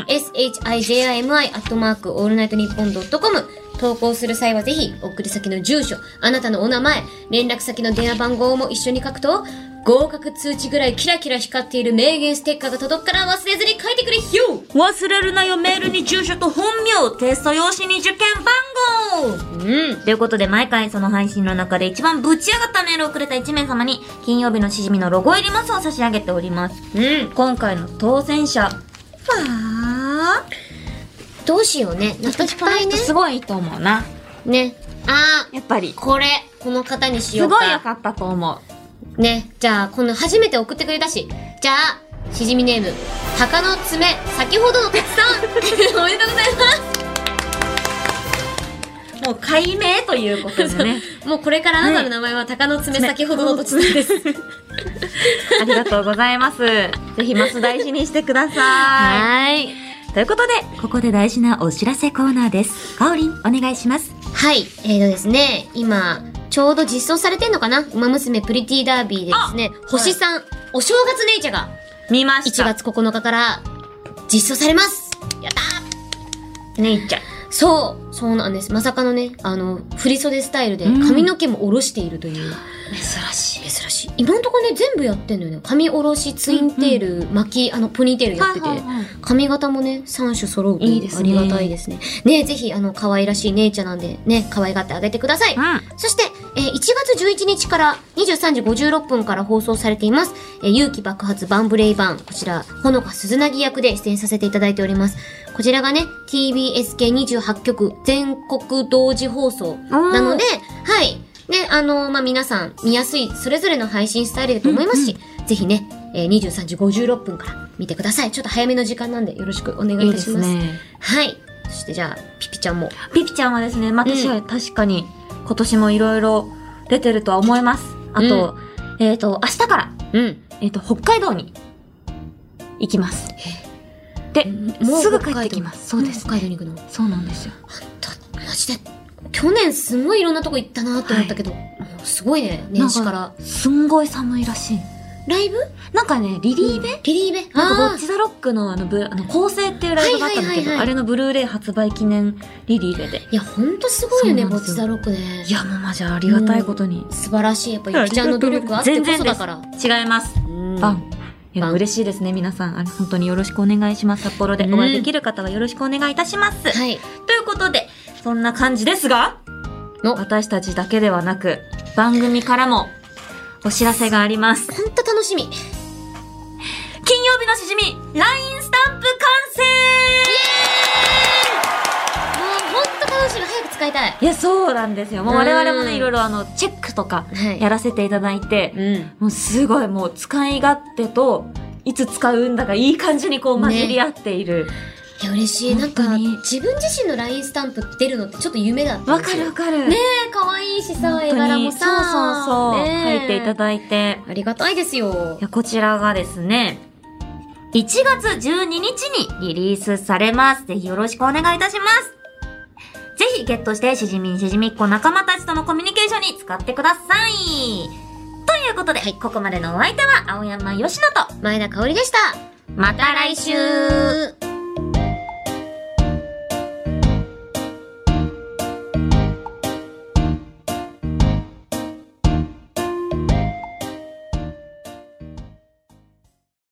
C: !shijimi アットマークオールナイトニッポンドットコム投稿する際はぜひ、送り先の住所、あなたのお名前、連絡先の電話番号も一緒に書くと、合格通知ぐらいキラキラ光っている名言ステッカーが届くから忘れずに書いてくれひよ
B: 忘れるなよ、メールに住所と本名、テスト用紙に受験番号
C: うん。
B: ということで、毎回その配信の中で一番ぶち上がったメールをくれた1名様に、金曜日のしじみのロゴ入りマスを差し上げております。
C: うん。
B: 今回の当選者、わ
C: どうしようね。なんかいっぱいね。
B: すごいと思うな。
C: ね。あ
B: やっぱり
C: ー、。これ、この方にしよ
B: す
C: うか。
B: ごい良かったと思う。
C: ね。じゃあ、この初めて送ってくれたし。じゃあ、しじみネーム、鷹の爪、先ほどの鉄さん。 おめでとうございます。
B: もう解明ということでね。
C: もうこれからあなたの名前は鷹の爪先ほどの土地です。
B: ありがとうございます。ぜひマス大事にしてくださ
C: はい。
B: い。ということで、ここで大事なお知らせコーナーです。かおりん、お願いします。
C: はい。えーとですね、今、ちょうど実装されてんのかな馬娘プリティダービーでですね、星さん、お正月ネイチャーが
B: 見まし
C: 1
B: た。
C: 月9日から実装されますやった
B: ねいちゃん。
C: ーそうそうなんです。まさかのね、あの、振り袖スタイルで髪の毛も下ろしているという。
B: 珍しい。
C: 珍しい。今んとこね、全部やってんのよね。髪下ろし、ツインテール、巻き、あの、ポニーテールやってて。
B: はいはいはい
C: 髪型もね、3種揃うと
B: いいです
C: あ
B: ね
C: りがたいですね。ねぜひ、あの、可愛らしい姉ちゃんなんで、ね、可愛がってあげてください。
B: うん。
C: そして、えー1月11日から23時56分から放送されています、えー勇気爆発バンブレイバン。こちら、ほのか鈴なぎ役で出演させていただいております。こちらがね、TBS 系28局全国同時放送なので、はい。ね、あのーまあ、皆さん見やすい、それぞれの配信スタイルだと思いますし、ぜひね、えー23時56分から見てください。ちょっと早めの時間なんでよろしくお願い
B: い
C: い
B: い
C: た
B: で
C: し
B: す
C: ます。
B: ね。
C: はい。そしてじゃあ、ピピちゃんも。
B: ピピちゃんはですね、まあ、
C: うん
B: 私は確かに今年もいろいろ出てるとは思います。あと、えっ、と、明日から、
C: うん。
B: えっ、と、北海道に行きます。で、
C: もう
B: すぐ帰ってきます。
C: 北
B: そう
C: 海道
B: です。
C: も北海道に行くの
B: そうなんですよ。
C: だマジで去年すごいいろんなとこ行ったなって思ったけど、もうすごいね年始から
B: すんごい寒いらしい。
C: ライブ
B: なんかね、リリーベ、
C: リリーベ
B: なんか
C: あ
B: ゴッチザロックのあのブ、あの、構成っていうライブがあったんだけど、
C: はいはいはいはい
B: あれのブルーレイ発売記念リリーベで。
C: ーいやほんとすごいよね
B: そうな
C: ボ
B: んです
C: チ
B: よ
C: ザロックね
B: いや、もうマジありがたいことに。
C: 素晴らしいやっぱゆきちゃんの努力あってこそだから
B: 全然です違います。
C: うん
B: バン。いや
C: バン
B: 嬉しいですね皆さんあの本当によろしくお願いします札幌で
C: うん
B: お会いできる方はよろしくお願いいたします、
C: はい
B: ということでそんな感じですが
C: のほん
B: 私たちだけではなく番組からもお知らせがあります
C: と楽しみイエ
B: 金曜日のしじみ LINE スタンプ完
C: ーイもうほんと楽しみ早く使いたい
B: 成いやそうなんですよもう我々も
C: うん
B: ねいろいろあのチェックとか
C: はい
B: やらせていただいて、
C: うん
B: もうすごいもう使い勝手といつ使うんだかいい感じにこう混じり合っている
C: いや嬉しいなんか
B: 本当に
C: 自分自身の LINE スタンプ出るのってちょっと夢だった
B: わ、
C: んで
B: か
C: すよ
B: るわかる
C: ねえ可愛いし
B: 本
C: さ
B: 当に
C: 絵柄もさ
B: そうそうそう、
C: ねえ
B: 書いていただいて
C: ありがたいですよ
B: いやこちらがですね1月12日にリリースされますぜひよろしくお願いいたしますぜひゲットしてしじみんしじみっこ仲間たちとのコミュニケーションに使ってくださいということで、ここまでのお相手は青山よしのと
C: 前田香織でした
B: また来
C: 来
B: 週
C: 週